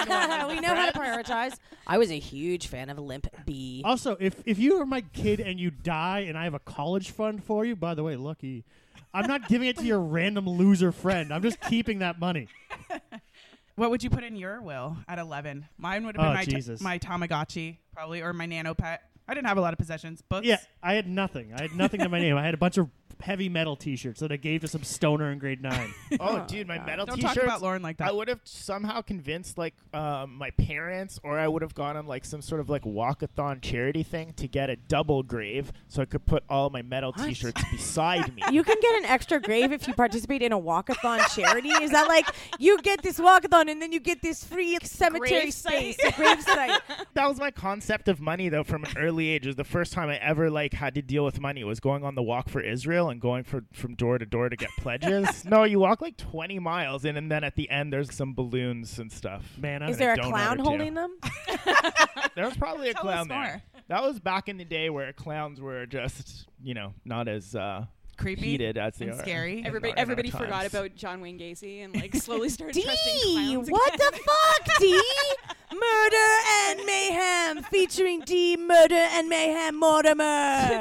S5: Yeah, we know how to prioritize. Oh. I was a huge fan of Limp B.
S3: Also, if if you are my kid and you die and I have a college fund for you, by the way, lucky, I'm not giving it to your random loser friend. I'm just keeping that money.
S4: What would you put in your will at 11? Mine would have been
S3: Oh,
S4: my, t-
S3: Jesus.
S4: my Tamagotchi, probably, or my Nano Pet. I didn't have a lot of possessions. Books.
S3: Yeah, I had nothing. I had nothing to my name. I had a bunch of heavy metal T-shirts that I gave to some stoner in grade nine.
S6: Oh, dude, my metal
S4: Don't
S6: t-shirts.
S4: talk about Lauren like that.
S6: I would have somehow convinced like um, my parents, or I would have gone on like some sort of like walkathon charity thing to get a double grave, so I could put all my metal t-shirts beside me.
S19: You can get an extra grave if you participate in a walkathon charity. Is that like you get this walkathon and then you get this free cemetery
S5: Grave
S19: space,
S5: site.
S19: grave site?
S6: That was my concept of money though from an early age. It was the first time I ever like had to deal with money was going on the walk for Israel and going for, from door to door to get pledges. no, you walk like 20 miles and, and then at the end there's some balloons and stuff. Man,
S19: Is there a clown holding them?
S6: There was probably a
S19: Tell us
S6: clown
S19: more.
S6: there. That was back in the day where clowns were just, you know, not as uh,
S4: creepy
S6: heated as they
S4: and
S6: are.
S4: scary.
S6: in
S2: Everybody,
S6: our- in our
S2: everybody forgot
S6: times.
S2: about John Wayne Gacy and like slowly started
S19: D,
S2: trusting clowns.
S19: what
S2: again.
S19: the fuck, D? Murder and mayhem featuring D. Murder and mayhem Mortimer.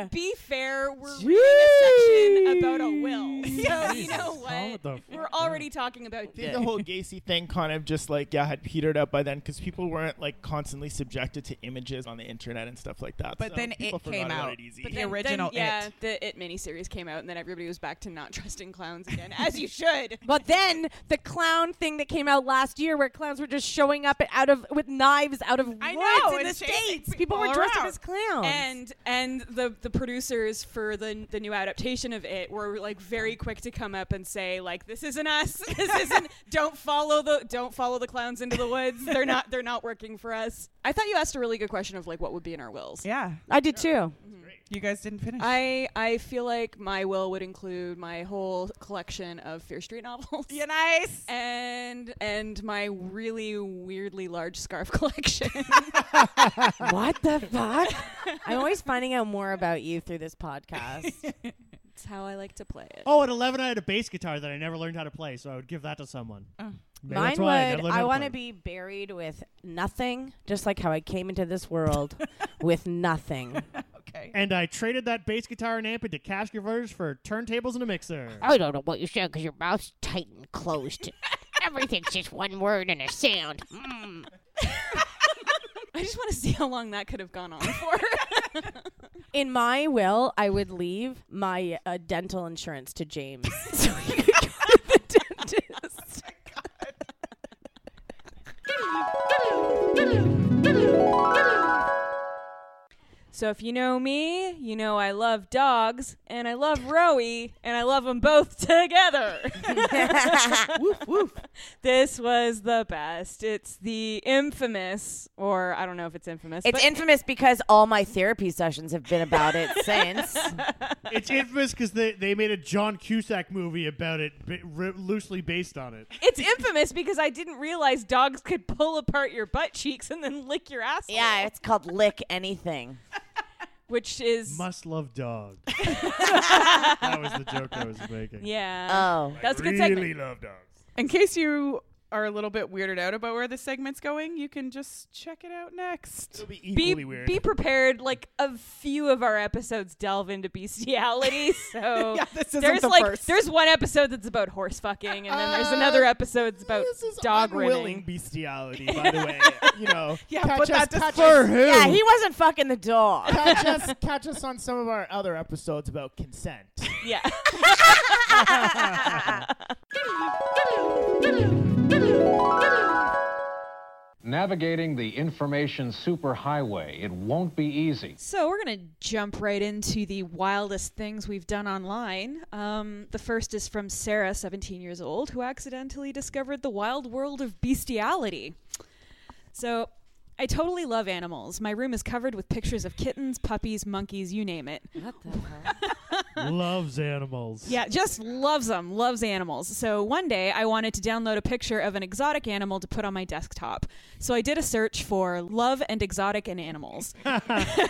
S2: to be fair, we're reading a section about a will. So you
S6: Jesus.
S2: know
S6: Oh,
S2: what?
S6: what the
S2: We're already talking about
S6: I think the whole Gacy thing kind of just like yeah had petered out by then because people weren't like constantly subjected to images on the internet and stuff like that.
S4: But
S6: So
S4: then it
S6: people forgot
S4: came
S6: about
S4: out.
S6: it easy.
S4: But The then- original
S2: then, yeah,
S4: It.
S2: the It miniseries came out, and then everybody was back to not trusting clowns again, as you should.
S5: But then the clown thing that came out last year, where clowns were just showing up out of with knives out of
S2: I
S5: woods
S2: know,
S5: in the
S2: and chasing
S5: states. People were
S2: all
S5: dressed up
S2: around.
S5: as clowns.
S2: And and the the producers for the the new adaptation of it were like very quick to come up and say like this isn't us. This isn't don't follow the don't follow the clowns into the woods. They're not they're not working for us. I thought you asked a really good question of like what would be in our wills.
S4: Yeah.
S5: I did too.
S4: You guys didn't finish.
S2: I I feel like my will would include my whole collection of Fear Street novels.
S4: Yeah, nice.
S2: And and my really weirdly large scarf collection.
S5: what the fuck? I'm always finding out more about you through this podcast.
S2: That's how I like to play it.
S3: Oh, at 11, I had a bass guitar that I never learned how to play, so I would give that to someone.
S2: Uh,
S3: Maybe
S5: Mine
S3: that's why I never
S5: would.
S3: learned
S5: I,
S3: how to
S5: want
S3: play.
S5: to be buried with nothing, just like how I came into this world with nothing.
S3: And I traded that bass guitar and amp into cash converters for turntables and a mixer.
S2: Oh.
S1: I don't know what you said because your mouth's tight and closed. Everything's just one word and a sound. Mm.
S2: I just want to see how long that could have gone on for.
S5: In my will, I would leave my uh, dental insurance to James, so he could go to the dentist.
S2: So if you know me, you know I love dogs and I love Rowie and I love them both together. woof woof. This was the best. It's the infamous, or I don't know if it's infamous.
S20: It's
S2: but
S20: infamous because all my therapy sessions have been about it since.
S3: it's infamous because they, they made a John Cusack movie about it, ba- ri loosely based on it.
S2: It's infamous because I didn't realize dogs could pull apart your butt cheeks and then lick your asshole.
S20: Yeah, it's called lick anything.
S2: Which is
S3: Must love dog. that was the joke I was making.
S2: Yeah.
S20: Oh.
S2: That's a good
S3: really
S2: segment.
S3: love dogs.
S4: In case you are a little bit weirded out about where the segment's going, you can just check it out next. It'll be
S2: be, be prepared. Like a few of our episodes delve into bestiality, so
S4: Yeah, this isn't
S2: there's
S4: the
S2: like
S4: first. Uh,
S2: there's one episode that's about horse fucking, and then there's another episode that's about dog
S6: unwilling
S2: rimming.
S6: bestiality, by the way. You know,
S4: Yeah,
S6: catch
S4: but
S6: us,
S4: that does-
S6: catch
S4: For
S6: us-
S4: who?
S20: Yeah, he wasn't fucking the dog.
S6: catch us, catch us on some of our other episodes about consent.
S2: Yeah.
S8: Navigating the information superhighway, it won't be easy.
S2: So we're gonna jump right into the wildest things we've done online. Um, the first is from Sarah, 17 years old, who accidentally discovered the wild world of bestiality. So I totally love animals. My room is covered with pictures of kittens, puppies, monkeys, you name it.
S3: Loves animals.
S2: Yeah, just loves them, loves animals. So one day I wanted to download a picture of an exotic animal to put on my desktop. So I did a search for love and exotic and animals.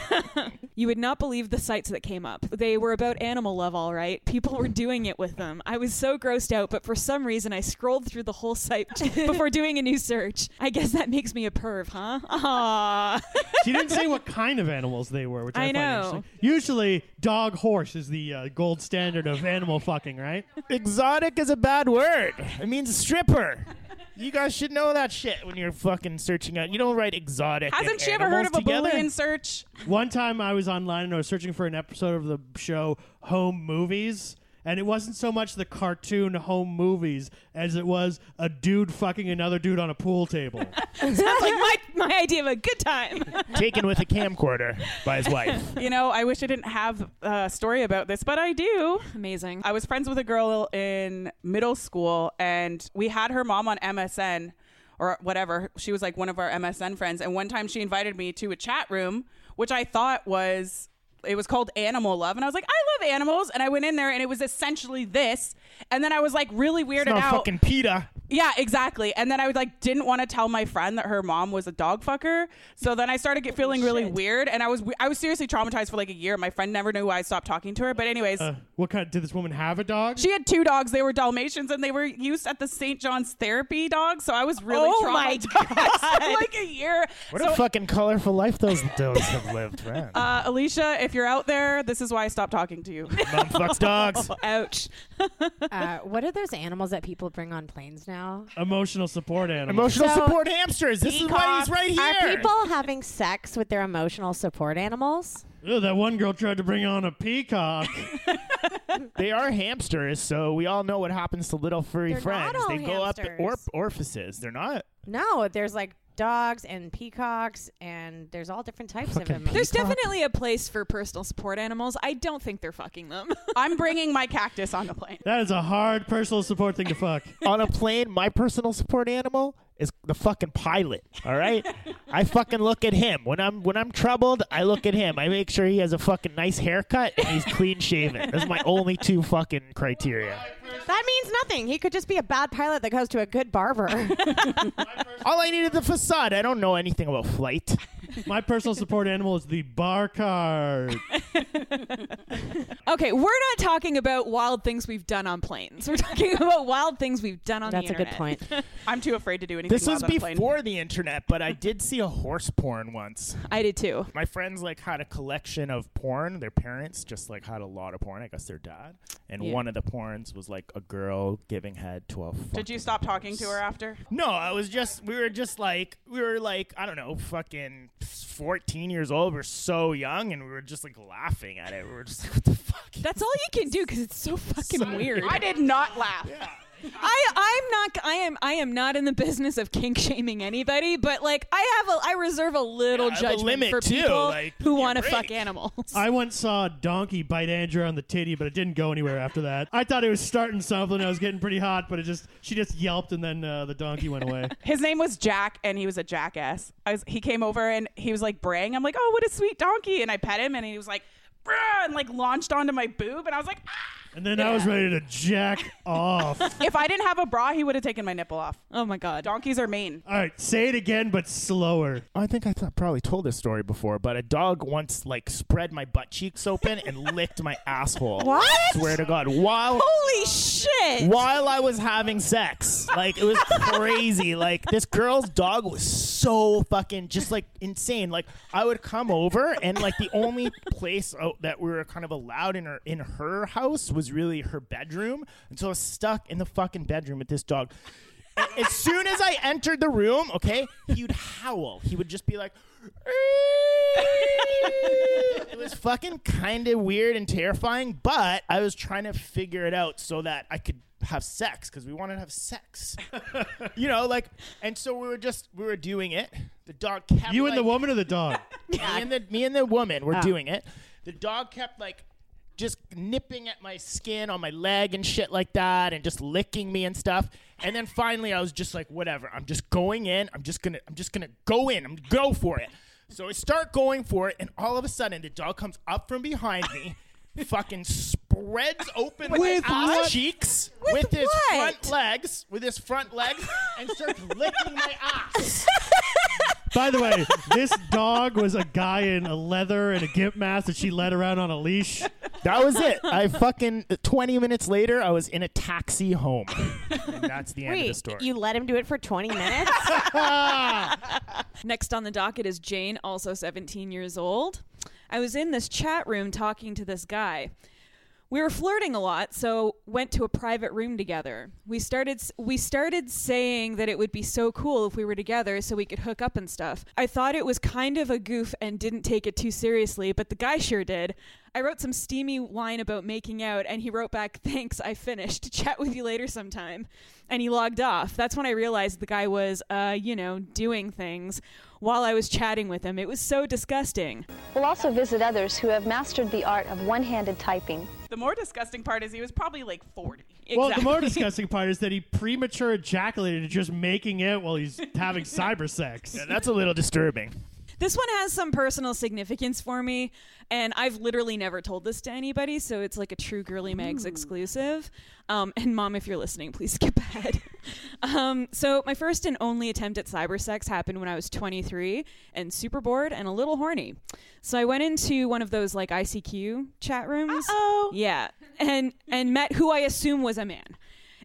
S2: you would not believe the sites that came up. They were about animal love, all right. People were doing it with them. I was so grossed out, but for some reason I scrolled through the whole site before doing a new search. I guess that makes me a perv, huh? Aww.
S3: She didn't say what kind of animals they were, which I,
S2: I
S3: find
S2: know.
S3: interesting. Usually, dog horse is the uh, gold standard of animal fucking, right?
S6: Exotic is a bad word. It means stripper. You guys should know that shit when you're fucking searching out. You don't write exotic. and
S4: Hasn't she ever heard
S6: animals
S4: of a
S6: together?
S4: Boolean search?
S3: One time I was online and I was searching for an episode of the show Home Movies, and it wasn't so much the cartoon Home Movies as it was a dude fucking another dude on a pool table.
S2: Sounds like my, my idea of a good time.
S6: Taken with a camcorder by his wife.
S4: you know, I wish I didn't have uh, a story about this, but I do.
S2: Amazing.
S4: I was friends with a girl in middle school, and we had her mom on MSN or whatever. She was like one of our MSN friends. And one time she invited me to a chat room, which I thought was. It was called Animal Love, and I was like, I love animals. And I went in there, and it was essentially this. And then I was like, really weirded
S6: It's not
S4: out.
S6: fucking PETA.
S4: Yeah, exactly. And then I would like didn't want to tell my friend that her mom was a dog fucker. So then I started get feeling really weird, and I was I was seriously traumatized for like a year. My friend never knew why I stopped talking to her. But anyways,
S3: Uh, what kind? Did this woman have a dog?
S4: she had two dogs. They were Dalmatians, and they were used at the St. John's therapy dog. So I was really
S2: Oh my
S4: traumatized for like a year.
S6: What
S4: so,
S6: a fucking colorful life those dogs have lived, man.
S4: uh, Alicia, if you're out there, this is why I stopped talking to you.
S6: Mom fucks dogs.
S2: Ouch.
S5: uh, what are those animals that people bring on planes now?
S3: Emotional support animal.
S6: Emotional
S5: So-
S6: support hamsters. This is why he's right
S5: Are
S6: here.
S5: people having sex with their emotional support animals?
S3: Ew, that one girl tried to bring on a peacock.
S6: they are hamsters, so we all know what happens to little furry
S5: They're not
S6: friends.
S5: all
S6: they go up
S5: hamsters.
S6: orp- orifices. They're not.
S5: No, there's like dogs and peacocks, and there's all different types of them.
S2: There's definitely a place for personal support animals. I don't think they're fucking them.
S4: I'm bringing my cactus on the plane.
S3: that is a hard personal support thing to fuck.
S6: on a plane, my personal support animal is the fucking pilot. All right, I fucking look at him when I'm when I'm troubled. I look at him. I make sure he has a fucking nice haircut and he's clean shaven. That's my only two fucking criteria.
S5: That means nothing. He could just be a bad pilot that goes to a good barber.
S6: All I need is the facade. I don't know anything about flight.
S3: My personal support animal is the bar card.
S2: Okay, we're not talking about wild things we've done on planes. We're talking about wild things we've done on
S5: That's
S2: the
S5: a good
S2: internet.
S5: point.
S4: I'm too afraid to do anything.
S6: This
S4: while
S6: was
S4: on a plane.
S6: before the internet, but I did see a horse porn once.
S2: I did too.
S6: My friends like had a collection of porn. Their parents just like had a lot of porn. I guess their dad. And
S2: Yeah.
S6: one of the porns was like a girl giving head to a.
S4: Did you stop talking to her after?
S6: No, I was just we were just like we were like I don't know, fucking 14 years old. We're so young and we were just like laughing at it. We were just like what the fuck?
S2: That's all you can do because it's so fucking weird.
S4: I did not laugh.
S2: I I'm not I am I am not in the business of kink shaming anybody, but like I have a I reserve a little
S3: Yeah, I have a
S2: judgment
S3: limit,
S2: for
S3: too,
S2: people
S3: like, Uh,
S2: who want to
S3: break.
S2: fuck animals.
S3: I once saw a donkey bite Andrew on the titty, but it didn't go anywhere after that. I thought it was starting something. I was getting pretty hot, but it just she just yelped, and then uh, the donkey went away.
S4: His name was Jack, and he was a jackass. I was, he came over and he was like braying. I'm like, oh, what a sweet donkey, and I pet him, and he was like, "Bruh," and like launched onto my boob, and I was like, "Ah."
S3: And then I was ready to jack off. All
S4: if I didn't have a bra, he would have taken my nipple off.
S2: Oh my god,
S4: donkeys are mean.
S3: right, say it again, but slower.
S6: I think I th- probably told this story before, but a dog once like spread my butt cheeks open and licked my asshole.
S2: What?
S6: Swear to God, while
S2: Holy shit!
S6: while I was having sex, like it was crazy. like this girl's dog was so fucking just like insane. Like I would come over and like the only place oh, that we were kind of allowed in her in her house was really her bedroom, and so I was stuck in the fucking bedroom with this dog. A- As soon as I entered the room, okay, he'd howl. He would just be like, it was fucking kind of weird and terrifying, but I was trying to figure it out so that I could have sex because we wanted to have sex. you know, like, and so we were just, we were doing it. The dog kept.
S3: You
S6: like,
S3: and the woman or the dog?
S6: Me and the, me and the woman were
S3: Oh.
S6: doing it. The dog kept, like, just nipping at my skin on my leg and shit like that and just licking me and stuff. And then finally I was just like, whatever, I'm just going in. I'm just gonna I'm just gonna go in. I'm go for it. So I start going for it, and all of a sudden the dog comes up from behind me, fucking spreads open
S7: With
S6: his ass
S7: what?
S6: cheeks
S7: With
S6: his
S7: what?
S6: front legs, with his front legs, and starts licking my ass.
S3: By the way, this dog was a guy in a leather and a gimp mask that she led around on a leash.
S6: That was it. I fucking 20 minutes later, I was in a taxi home. And that's the end of the
S5: Wait,
S6: story.
S5: you let him do it for 20 minutes?
S2: Next on the docket is Jane, also 17 years old. I was in this chat room talking to this guy. We were flirting a lot, so went to a private room together. We started s- we started saying that it would be so cool if we were together so we could hook up and stuff. I thought it was kind of a goof and didn't take it too seriously, but the guy sure did. I wrote some steamy line about making out and he wrote back, "Thanks, I finished. Chat with you later sometime." And he logged off. That's when I realized the guy was uh, you know, doing things while I was chatting with him. It was so disgusting.
S21: We'll also visit others who have mastered the art of one handed typing.
S4: The more disgusting part is he was probably like 40.
S3: Well, the more disgusting part is that he premature ejaculated just making it while he's having cyber sex.
S6: Yeah, that's a little disturbing.
S2: This one has some personal significance for me, and I've literally never told this to anybody, so it's like a true Girly Mags exclusive. Um, and mom, if you're listening, please skip ahead. um, so my first and only attempt at cyber sex happened when I was 23 and super bored and a little horny. So I went into one of those like ICQ chat rooms. Oh, yeah, and and met who I assume was a man.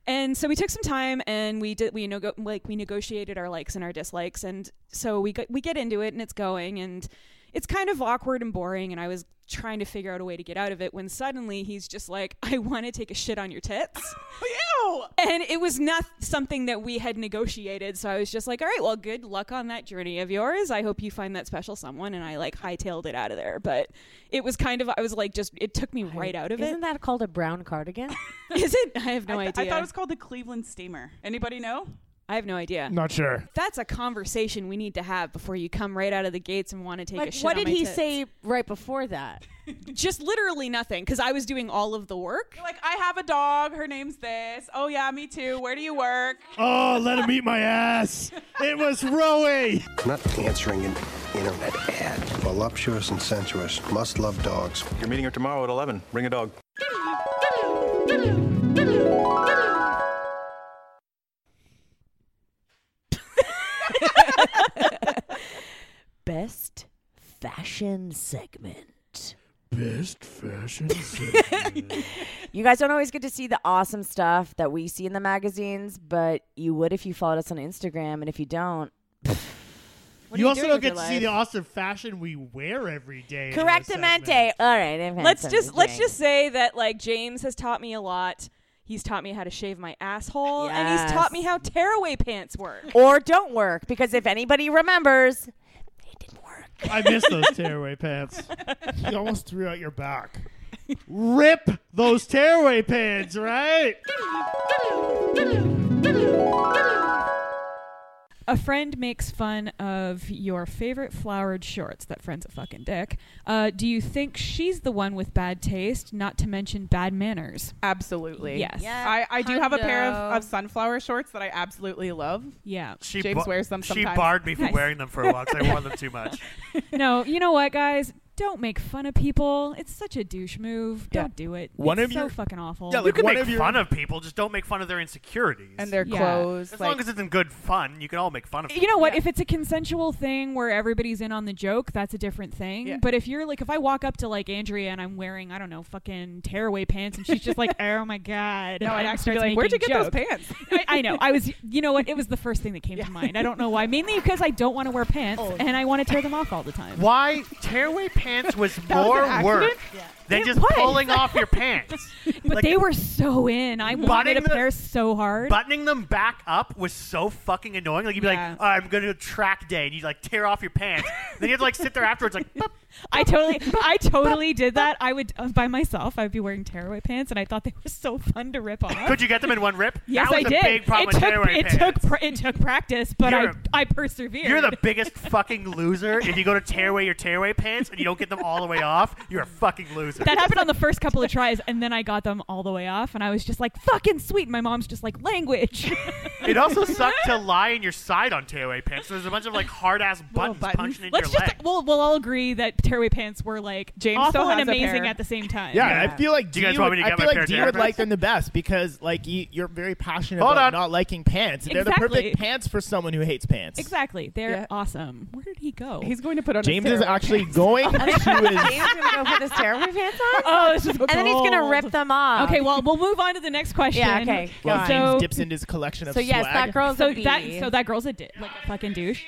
S2: And so we took some time and we did we nego- like we negotiated our likes and our dislikes and so we got, we get into it and it's going and it's kind of awkward and boring and I was trying to figure out a way to get out of it when suddenly he's just like I want to take a shit on your tits.
S4: Ew.
S2: And it was not something that we had negotiated so I was just like all right well good luck on that journey of yours. I hope you find that special someone and I like hightailed it out of there but it was kind of I was like just it took me right out of
S5: Isn't that called a brown cardigan?
S2: it. Is it? I have no
S4: I, th-
S2: idea.
S4: I thought it was called the Cleveland Steamer. Anybody know?
S2: I have no idea.
S6: Not sure.
S2: That's a conversation we need to have before you come right out of the gates and want to take
S5: Like,
S2: a shit.
S5: what
S2: on
S5: did
S2: my
S5: he
S2: tits.
S5: say right before that?
S2: Just literally nothing, because I was doing all of the work.
S4: You're like, I have a dog. Her name's this. Oh, yeah, me too. Where do you work?
S3: Oh, let him eat my ass. It was Roey.
S22: Not answering an internet ad. Voluptuous and sensuous. Must love dogs.
S23: You're meeting her tomorrow at 11. Bring a dog.
S24: Best fashion segment.
S7: Best fashion
S24: You guys don't always get to see the awesome stuff that we see in the magazines, but you would if you followed us on Instagram. And if you don't,
S3: you, also don't get to see the awesome fashion we wear every day. in this segment.
S24: All right, I've had
S2: Let's
S24: some
S2: just
S24: to
S2: let's
S24: drink.
S2: just say that like James has taught me a lot. He's taught me how to shave my asshole, and he's
S24: Yes.
S2: taught me how tearaway pants work.
S24: or don't work because if anybody remembers,
S3: I miss those tearaway pants.
S6: You almost threw out your back.
S25: Rip those tearaway pins, right?
S2: A friend makes fun of your favorite flowered shorts. That friend's a fucking dick. Uh, do you think she's the one with bad taste, not to mention bad manners?
S4: Absolutely.
S2: Yes.
S4: I, I do have a pair of, of sunflower shorts that I absolutely love.
S2: Yeah.
S3: She
S4: James
S3: ba-
S4: wears them
S3: She
S4: sometimes.
S3: barred me from
S4: Nice.
S3: wearing them for a while because I wore them too much.
S2: no, you know what, guys? Don't make fun of people. It's such a douche move. Don't do it.
S3: One
S2: it's
S3: of
S2: so
S3: your-
S2: fucking awful.
S3: you can make fun of people, just don't make fun of their insecurities
S2: And their Yeah. clothes,
S3: As
S2: like-
S3: long as it's in good fun, you can all make fun of.
S2: You know what? If it's a consensual thing where everybody's in on the joke, that's a different thing.
S3: Yeah.
S2: But if you're like, if I walk up to like Andrea and I'm wearing, I don't know, fucking tearaway pants, and she's just like, oh my god,
S4: No, I'd
S2: and
S4: actually be
S2: starts
S4: like, where'd you
S2: making
S4: get those
S2: jokes.
S4: pants?
S2: I, I know. I was, you know what? It was the first thing that came to mind. I don't know why. Mainly because I don't want to wear pants
S4: Oh.
S2: and I want to tear them off all the time.
S3: Why tearaway pants was
S2: was
S3: more
S2: an
S3: work
S2: accident?
S3: than
S2: It
S3: just
S2: was.
S3: pulling off your pants.
S2: But they were so in. I wanted a
S3: Buttoning the-
S2: pair so hard.
S3: Buttoning them back up was so fucking annoying. Like you'd be like, oh, "I'm going to track day," and you like tear off your pants. then you have to like sit there afterwards, like,
S2: I totally, I totally did that. I would uh, by myself. I'd be wearing tearaway pants, and I thought they were so fun to rip off.
S3: "Could you get them in one rip?"
S2: Yes,
S3: that was
S2: I
S3: the
S2: did.
S3: big problem
S2: it
S3: with
S2: took,
S3: tearaway
S2: it
S3: pants.
S2: took pra- it took practice, but
S3: You're a-
S2: I I persevered.
S3: You're the biggest fucking loser if you go to tear away your tearaway pants and you don't get them all the way off. You're a fucking loser.
S2: that happened on the first couple of tries, and then I got them all the way off, and I was just like, "Fucking sweet." And my mom's just like, "Language."
S3: It also sucked to lie in your side on tearaway pants. There's a bunch of like hard ass buttons, punching in
S2: Let's
S3: your
S2: just
S3: leg.
S2: we'll we'll all agree that tearaway pants were like
S3: James
S2: awful
S3: still
S2: and
S3: has a
S2: amazing
S3: pair.
S2: at the same time.
S6: Yeah, I feel like
S3: Do you guys
S6: Dee
S3: want
S6: would,
S3: me to
S6: I
S3: get
S6: feel
S3: my
S6: like
S3: pair
S6: Dee
S3: of
S6: would
S3: Terrapins?
S6: like them the best because like you, you're very passionate
S3: Hold
S6: about
S3: on.
S6: not liking pants. and They're the
S2: Exactly.
S6: perfect pants for someone who hates pants.
S2: Exactly. They're
S4: Yeah.
S2: awesome. Where did he go?
S4: He's going to put on
S6: James is actually going to
S5: James
S6: his.
S5: gonna go put his tearaway pants on.
S2: Oh, this is
S5: and then he's gonna rip them off.
S2: Okay, well, we'll move on to the next question.
S5: Um, Yeah, okay, go
S6: Well,
S5: on.
S6: James
S5: So-
S6: dips into his collection of
S5: so yes,
S6: swag.
S5: that girl's
S2: so
S5: a B.
S2: that so that girl's a di- like a fucking douche.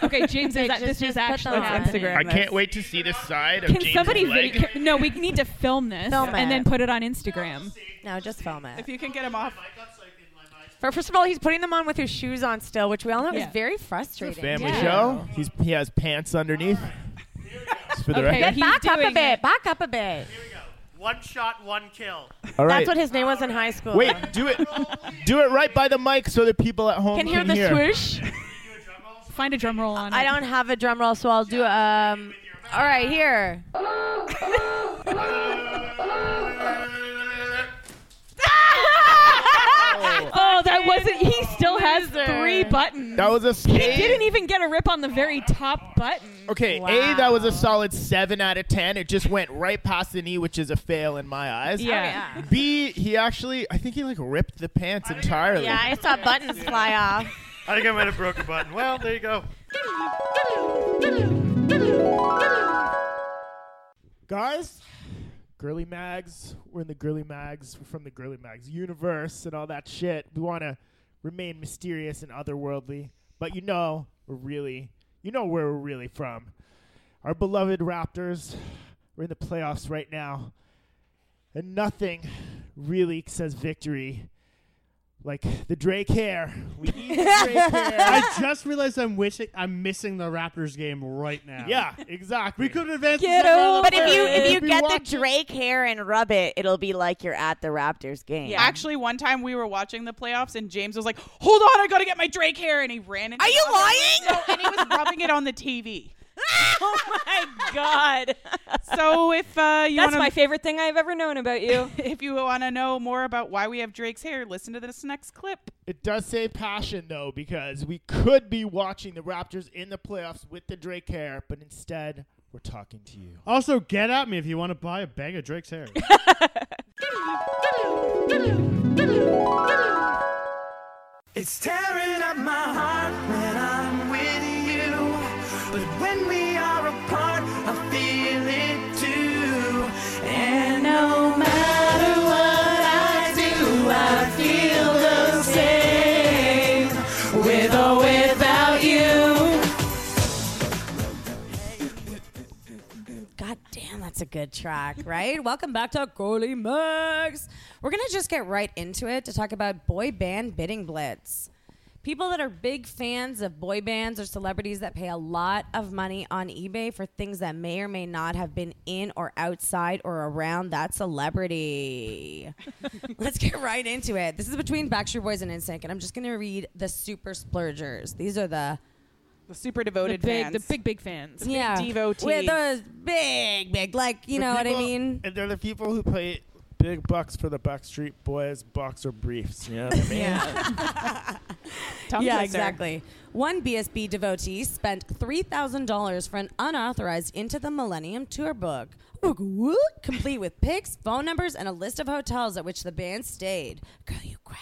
S2: Okay, James, is that, this is actually on Instagram.
S6: I can't
S2: this.
S6: wait to see the side of
S2: Can
S6: James's
S2: somebody
S6: leg.
S2: video? can- no, we need to film this
S5: Film
S2: and
S5: it.
S2: then put it on Instagram.
S5: No, just film it.
S4: If you can get them off.
S5: Fir- First of all, he's putting them on with his shoes on still, which we all know
S4: Yeah.
S5: is very frustrating.
S6: Family show. He's he has pants underneath. Just for the
S5: Okay,
S6: record.
S5: back up a
S6: doing
S5: bit. Back up a bit.
S3: One shot, one kill.
S6: All right.
S5: That's what his name was in high school.
S6: Wait, do it, do it right by the mic so the people at home
S5: Can
S6: can
S5: hear the swoosh.
S2: Find a drum roll on.
S5: I
S2: it.
S5: don't have a drum roll, so I'll do. Um. All right, here.
S2: Oh, that wasn't. He still has three buttons.
S6: That was a
S2: He
S6: spade.
S2: didn't even get a rip on the very top button.
S6: Okay, A, that was a solid 7 out of 10. It just went right past the knee, which is a fail in my eyes.
S5: Yeah. Oh, yeah.
S6: B, he actually, I think he like ripped the pants entirely.
S5: Yeah, I saw buttons fly off.
S3: I think I might have broke a button. Well, there you go.
S6: Guys, Girly Mags, we're in the Girly Mags, we're from the Girly Mags universe and all that shit. We want to remain mysterious and otherworldly, but you know, we're really, you know where we're really from. Our beloved Raptors, we're in the playoffs right now, and nothing really says victory like the Drake hair. We need the Drake hair.
S25: I just realized I'm wishing I'm missing the Raptors game right now.
S6: Yeah, exactly.
S25: We could advance.
S5: Get
S25: to
S5: over But if you
S25: it.
S5: if you
S25: Be
S5: get the
S25: watching-
S5: Drake hair and rub it, it'll be like you're at the Raptors game.
S4: Actually, one time we were watching the playoffs and James was like, "Hold on, I gotta get my Drake hair," and he ran. Into Are you lying? No, and he was rubbing it on the TV.
S2: oh my god!
S4: So if uh, you
S2: That's
S4: wanna,
S2: my favorite thing I've ever known about you.
S4: if you want to know more about why we have Drake's hair, listen to this next clip.
S6: It does say passion though, because we could be watching the Raptors in the playoffs with the Drake hair, but instead we're talking to you.
S25: Also, get at me if you want to buy a bag of Drake's hair.
S7: It's tearing up my heart when I'm with you. But when we are apart, I feel it too. And no matter what I do, I feel the same. With or without you.
S26: God damn, that's a good track, right? Welcome back to Goalie Mugs. We're going to just get right into it to talk about boy band bidding blitz.
S5: people that are big fans of boy bands or celebrities that pay a lot of money on eBay for things that may or may not have been in or outside or around that celebrity. Let's get right into it. This is between Backstreet Boys and NSYNC, and I'm just going to read the super splurgers. These are the
S4: the super devoted
S2: the big,
S4: fans.
S2: the big big fans.
S4: The big devotees.
S5: with those big, big, like you
S6: The
S5: know what I
S6: people-
S5: mean.
S6: And they're the people who pay big bucks for the Backstreet Boys boxer briefs. You know what I mean?
S4: Tongue
S5: yeah,
S4: twister.
S5: exactly. One BSB devotee spent three thousand dollars for an unauthorized Into the Millennium tour book, Wook wook, complete with pics, phone numbers, and a list of hotels at which the band stayed. Girl, you cray.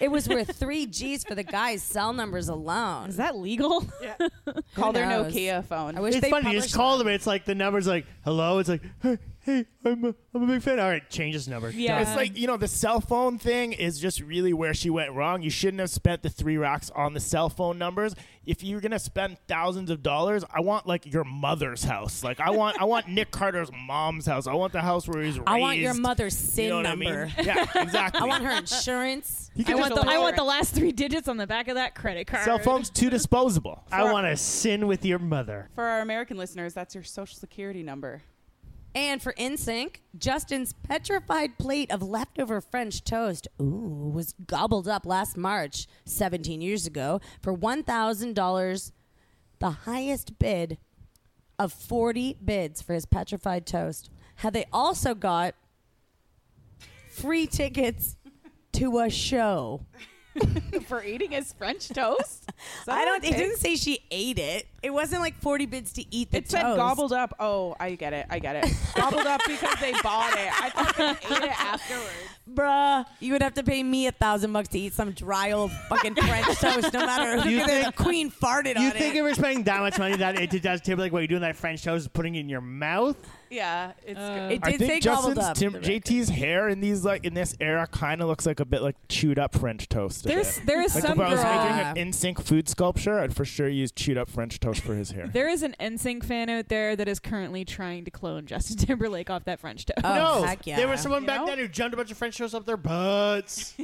S5: It was worth three G's for the guy's cell numbers alone.
S2: Is that legal? Yeah.
S4: Call their
S5: knows?
S4: Nokia phone.
S5: I wish
S3: it's
S5: they
S3: funny. You just
S5: published
S3: call them. and It's like the number's like hello. It's like hey, hey I'm a, I'm a big fan. All right, change this number.
S2: Yeah.
S6: It's like, you know, the cell phone thing is just really where she went wrong. You shouldn't have spent the three rocks on the cell phone numbers. If you're gonna spend thousands of dollars, I want like your mother's house. Like I want I want Nick Carter's mom's house. I want the house where he's raised.
S5: I want your mother's
S6: You
S5: sin
S6: know what I mean?
S5: number.
S6: Yeah, exactly.
S5: I want her insurance.
S2: I want, the, I want the last three digits on the back of that credit card.
S6: Cell phone's too disposable.
S3: I want to sin with your mother.
S4: For our American listeners, that's your social security number.
S5: And for NSYNC, Justin's petrified plate of leftover French toast ooh, was gobbled up last March, 17 years ago, for $1,000, the highest bid of 40 bids for his petrified toast. Had they also got free tickets to a show.
S4: For eating his French toast? Is that
S5: I
S4: what
S5: don't. It didn't
S4: takes?
S5: say she ate it. It wasn't like forty bids to eat the
S4: It
S5: toast.
S4: said gobbled up. Oh, I get it. I get it. gobbled up because they bought it. I thought they ate it afterwards.
S5: Bruh, you would have to pay me a thousand bucks to eat some dry old fucking French toast, no matter who
S3: You
S5: you think,
S3: think-
S5: the queen farted
S3: You
S5: on
S3: think
S5: it.
S3: if we're spending that much money that it does tip like what you do in that French toast is putting it in your mouth?
S4: Yeah, it's
S2: Uh,
S4: good.
S5: It
S6: I
S5: did say
S6: think
S5: gobbled
S6: Justin's
S5: up.
S6: Tim, JT's hair in these like in this era kind of looks like a bit like chewed up French toast. a
S2: There's
S6: bit.
S2: there is
S6: like
S2: some
S6: if I was
S2: girl.
S6: making an in sync food sculpture, I'd for sure use chewed up French toast for his hair.
S2: uh, There is an NSYNC fan out there that is currently trying to clone Justin Timberlake off that French
S4: Uh,
S2: toast.
S5: Oh,
S3: no,
S5: heck yeah.
S3: there was someone
S4: You
S3: back
S4: know?
S3: then who jumped a bunch of French toast up their butts.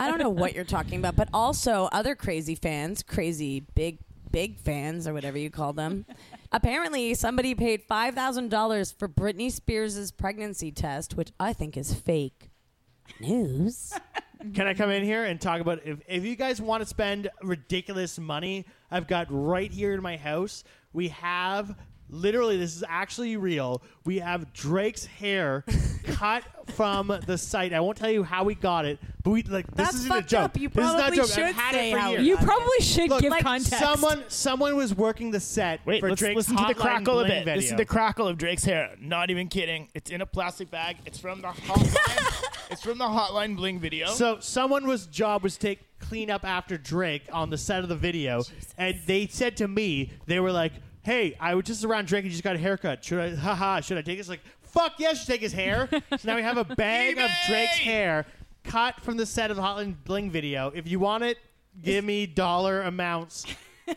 S5: I don't know what you're talking about, but also other crazy fans, crazy big big fans or whatever you call them. Apparently, somebody paid five thousand dollars for Britney Spears' pregnancy test, which I think is fake news.
S3: Can I come in here and talk about if, if you guys want to spend ridiculous money, I've got right here in my house, we have literally this is actually real. We have Drake's hair cut from the site. I won't tell you how we got it, but we like this
S5: That's
S3: isn't a
S5: fucked
S3: joke.
S5: up. You
S3: this is not a
S5: probably
S3: joke.
S5: should
S3: I've had
S5: say
S3: it for
S5: how we
S3: years.
S2: you probably should
S3: Look,
S2: give
S3: like,
S2: context.
S3: Someone someone was working the set
S6: Wait,
S3: for
S6: let's
S3: Drake's
S6: listen to the
S3: Hotline
S6: crackle of
S3: Bling
S6: it.
S3: video.
S6: This is the crackle of Drake's hair. Not even kidding. It's in a plastic bag. It's from the hotline. it's from the hotline bling video.
S3: So someone was job was take clean up after Drake on the set of the video, and they said to me, they were like, "Hey, I was just around Drake and just got a haircut. Should I? Haha, should I take this?" Like, fuck yes, you take his hair. so now we have a bag of Drake's hair cut from the set of the Hotline Bling video. If you want it, give me dollar amounts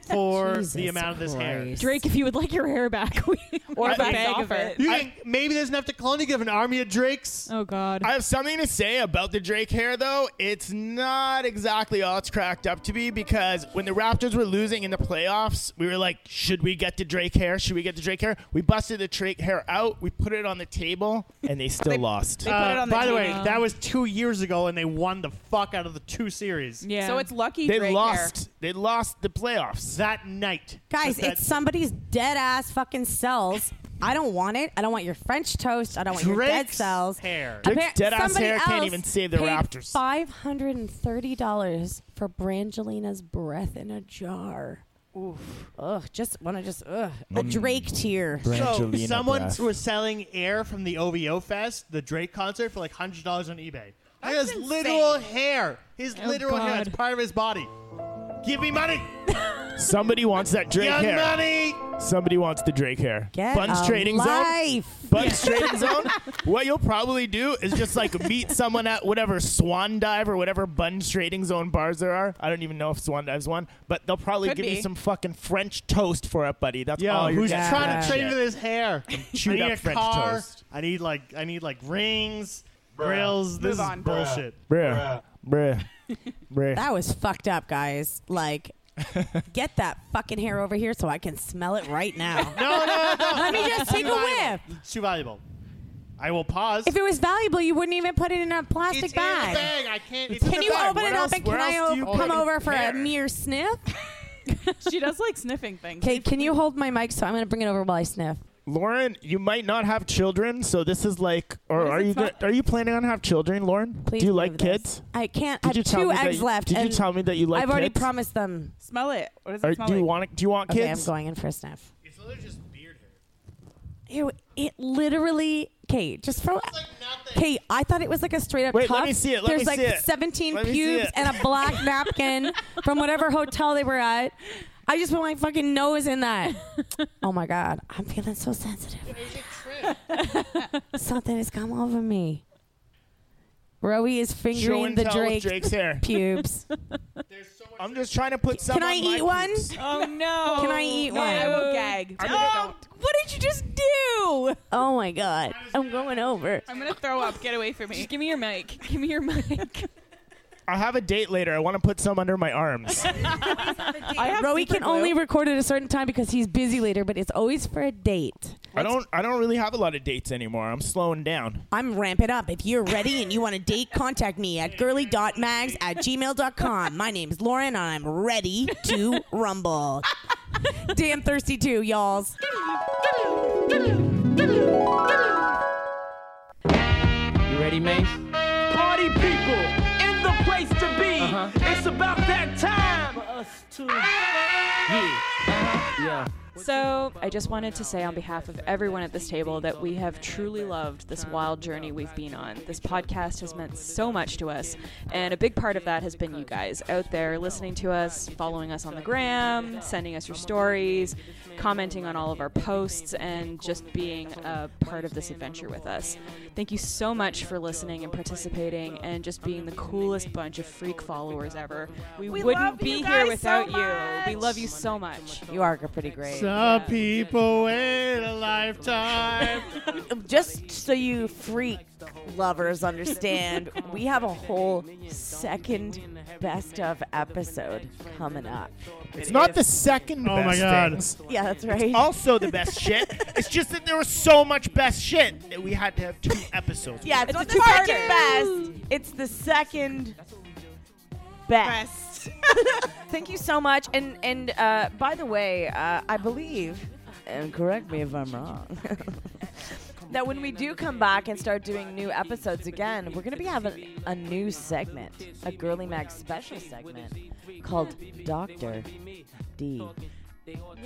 S3: for the amount of this hair.
S2: Drake, if you would like your hair back, we
S4: Or
S2: a
S4: the
S2: bag
S4: bag
S2: of
S4: of
S2: it.
S4: it.
S3: You think maybe there's enough to clone to give an army of Drakes?
S2: Oh God.
S6: I have something to say about the Drake hair, though. It's not exactly all it's cracked up to be because when the Raptors were losing in the playoffs, we were like, should we get the Drake hair? Should we get the Drake hair? We busted the Drake hair out, we put it on the table, and they still lost.
S4: They put it
S3: Uh,
S4: on the
S3: by the way,
S4: TV.
S3: that was two years ago, and they won the fuck out of the two series.
S2: yeah.
S4: So it's lucky
S6: they
S4: Drake
S6: lost.
S4: hair.
S6: They lost the playoffs.
S3: That night,
S5: Guys,
S3: Just that-
S5: it's somebody's dead ass fucking cells. I don't want it. I don't want your French toast. I don't want your dead
S3: Drake's
S5: cells.
S3: hair.
S5: Appar-
S6: Drake's dead-ass
S5: somebody
S6: hair can't
S5: else
S6: even save the
S5: paid
S6: Raptors.
S5: Five hundred and thirty dollars for Brangelina's breath in a jar. Oof. Ugh. Just want to just ugh. A
S6: Mm.
S5: Drake tear.
S3: So
S6: Brangelina
S3: someone
S6: breath.
S3: was selling air from the OVO Fest, the Drake concert, for like hundred dollars on eBay. That is literal hair. His literal hair.
S2: God.
S3: It's part of his body. Give me money,
S6: Somebody wants that Drake
S3: young
S6: hair.
S3: money.
S6: Somebody wants the Drake hair.
S5: Get
S6: Buns
S5: a
S6: trading zone.
S5: life.
S6: Buns trading zone. What you'll probably do is just like meet someone at whatever Swan Dive or whatever Buns trading zone bars there are. I don't even know if Swan Dive's one, but they'll probably
S4: Could
S6: give
S4: be.
S6: you some fucking French toast for it, buddy. That's
S3: Yo,
S6: all Oh, you're
S3: Oh, who's
S6: getting.
S3: trying to trade
S6: Shit.
S3: with his hair? I
S6: Chewed
S3: need
S6: up
S3: a
S6: French
S3: car.
S6: toast.
S3: I need like I need like rings, grills. This is
S4: Move on.
S3: bullshit.
S6: Bruh. Bruh.
S27: Right.
S5: That was fucked up, guys. Like, get that fucking hair over here so I can smell it right now.
S3: No, no, no.
S5: Let me just
S3: Too
S5: take a
S3: valuable.
S5: whiff.
S3: It's too valuable. I will pause.
S5: If it was valuable, you wouldn't even put it in a plastic
S3: It's in
S5: bag.
S3: the bag. I can't. It's in
S5: Can
S3: the
S5: you
S3: bag.
S5: open
S3: What
S5: it
S3: else-
S5: up and
S3: what
S5: can I
S3: else do you
S5: o- come
S3: fucking
S5: over for
S3: care?
S5: a mere sniff?
S4: she does like sniffing things.
S5: Okay, can you hold my mic so I'm going to bring it over while I sniff?
S27: Lauren, you might not have children, so this is like, or are you gonna, are you planning on have children, Lauren?
S5: Please
S27: do you
S5: move
S27: like
S5: this.
S27: kids?
S5: I can't.
S27: Did
S5: I
S27: you
S5: have
S27: tell
S5: two
S27: me that
S5: eggs
S27: you-
S5: left.
S27: did you
S5: and
S27: tell me that you like
S5: I've already
S27: kids?
S5: promised them.
S4: Smell it. What does
S27: Or
S4: it smell
S27: do you
S4: like?
S27: want do you want
S5: Okay,
S27: kids?
S5: I'm going in for a sniff. Ew, it literally. Okay, just for. Okay, I thought it was like a straight up
S27: Wait, let
S5: cup.
S27: me see it, let
S5: There's
S27: me
S5: like
S27: see it.
S5: 17
S27: Let me see
S5: pubes
S27: it.
S5: and a black napkin from whatever hotel they were at. I just put my fucking nose in that. oh my god, I'm feeling so sensitive. Something has come over me. Rowie is
S27: Show
S5: fingering
S27: and
S5: the
S27: tell with
S5: Drake
S27: Drake's hair.
S5: pubes.
S27: I'm just trying to put some.
S5: Can
S27: on
S5: I
S27: my
S5: eat one?
S27: pubes.
S4: Oh no!
S5: Can I eat
S4: No,
S5: one?
S4: I will gag. Um,
S27: I'm
S4: Don't.
S27: gonna-
S5: What did you just do? Oh my god, I'm going over.
S4: I'm gonna throw up. Get away from me.
S2: Give me your mic. Give me your mic.
S27: I have a date later. I want to put some under my arms.
S4: I have
S5: Rowie
S4: super
S5: can
S4: glue.
S5: only record at a certain time because he's busy later, but it's always for a date.
S27: I don't. I don't really have a lot of dates anymore. I'm slowing down.
S5: I'm ramping up. If you're ready and you want a date, contact me at girly.mags at gmail.com. My name's Lauren and I'm ready to rumble. Damn thirsty too, y'alls.
S8: You ready, Mace?
S7: Party people in the place to be. It's about that time for us to. Yeah.
S8: Yeah.
S2: So, I just wanted to say on behalf of everyone at this table that we have truly loved this wild journey we've been on. This podcast has meant so much to us, and a big part of that has been you guys out there listening to us, following us on the gram, sending us your stories, commenting on all of our posts, and just being a part of this adventure with us. Thank you so much for listening and participating and just being the coolest bunch of freak followers ever. We,
S4: We love
S2: wouldn't
S4: you
S2: be
S4: guys
S2: here
S4: so
S2: without
S4: much.
S2: you. We love you so much.
S24: You are pretty great.
S3: Some people wait a lifetime.
S24: Just so you freak lovers understand, we have a whole second best of episode coming up.
S27: It's not the second.
S3: Oh
S27: best
S3: my God.
S27: things.
S24: Yeah, that's right.
S27: It's also the best shit. It's just that there was so much best shit that we had to have two episodes.
S24: Yeah,
S27: with.
S24: it's, the second best. It's the second best. Thank you so much. And and uh, by the way, uh, I believe, and correct me if I'm wrong, that when we do come back and start doing new episodes again, we're gonna be having a new segment, a Girly Mag special segment called Doctor D.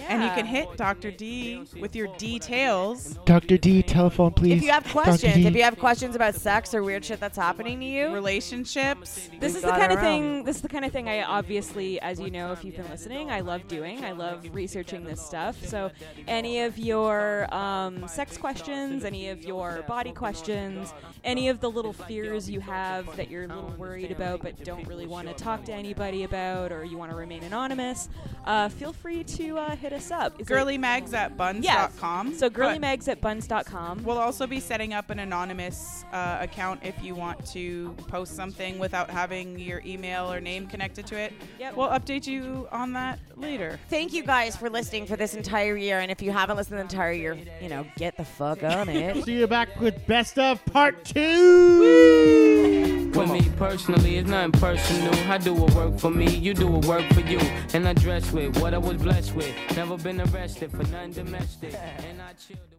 S4: And you can hit Dr. D with your details.
S27: Doctor D, telephone please.
S24: If you have questions, if you have questions about sex or weird shit that's happening to you,
S4: relationships.
S2: This
S24: We
S2: is the
S24: got
S2: kind of
S24: our
S2: thing. This is the kind of thing I obviously, as you know, if you've been listening, I love doing. I love researching this stuff. So, any of your um, sex questions, any of your body questions, any of the little fears you have that you're a little worried about but don't really want to talk to anybody about, or you want to remain anonymous, uh, feel free to uh, hit us up. Is it-
S4: Girlymags at
S2: Yes.
S4: buns.com.
S2: So
S4: But
S2: girlymags at buns.com.
S4: We'll also be setting up an anonymous uh, account if you want to post something without having your email or name connected to it.
S2: Yep.
S4: We'll update you on that later.
S24: Thank you guys for listening for this entire year. And if you haven't listened the entire year, you know, get the fuck on it.
S3: See you back with best of part two.
S8: For me personally, it's nothing personal. I do what work for me, you do what work for you. And I dress with what I was blessed with. Never been arrested for nothing domestic. And I chilled.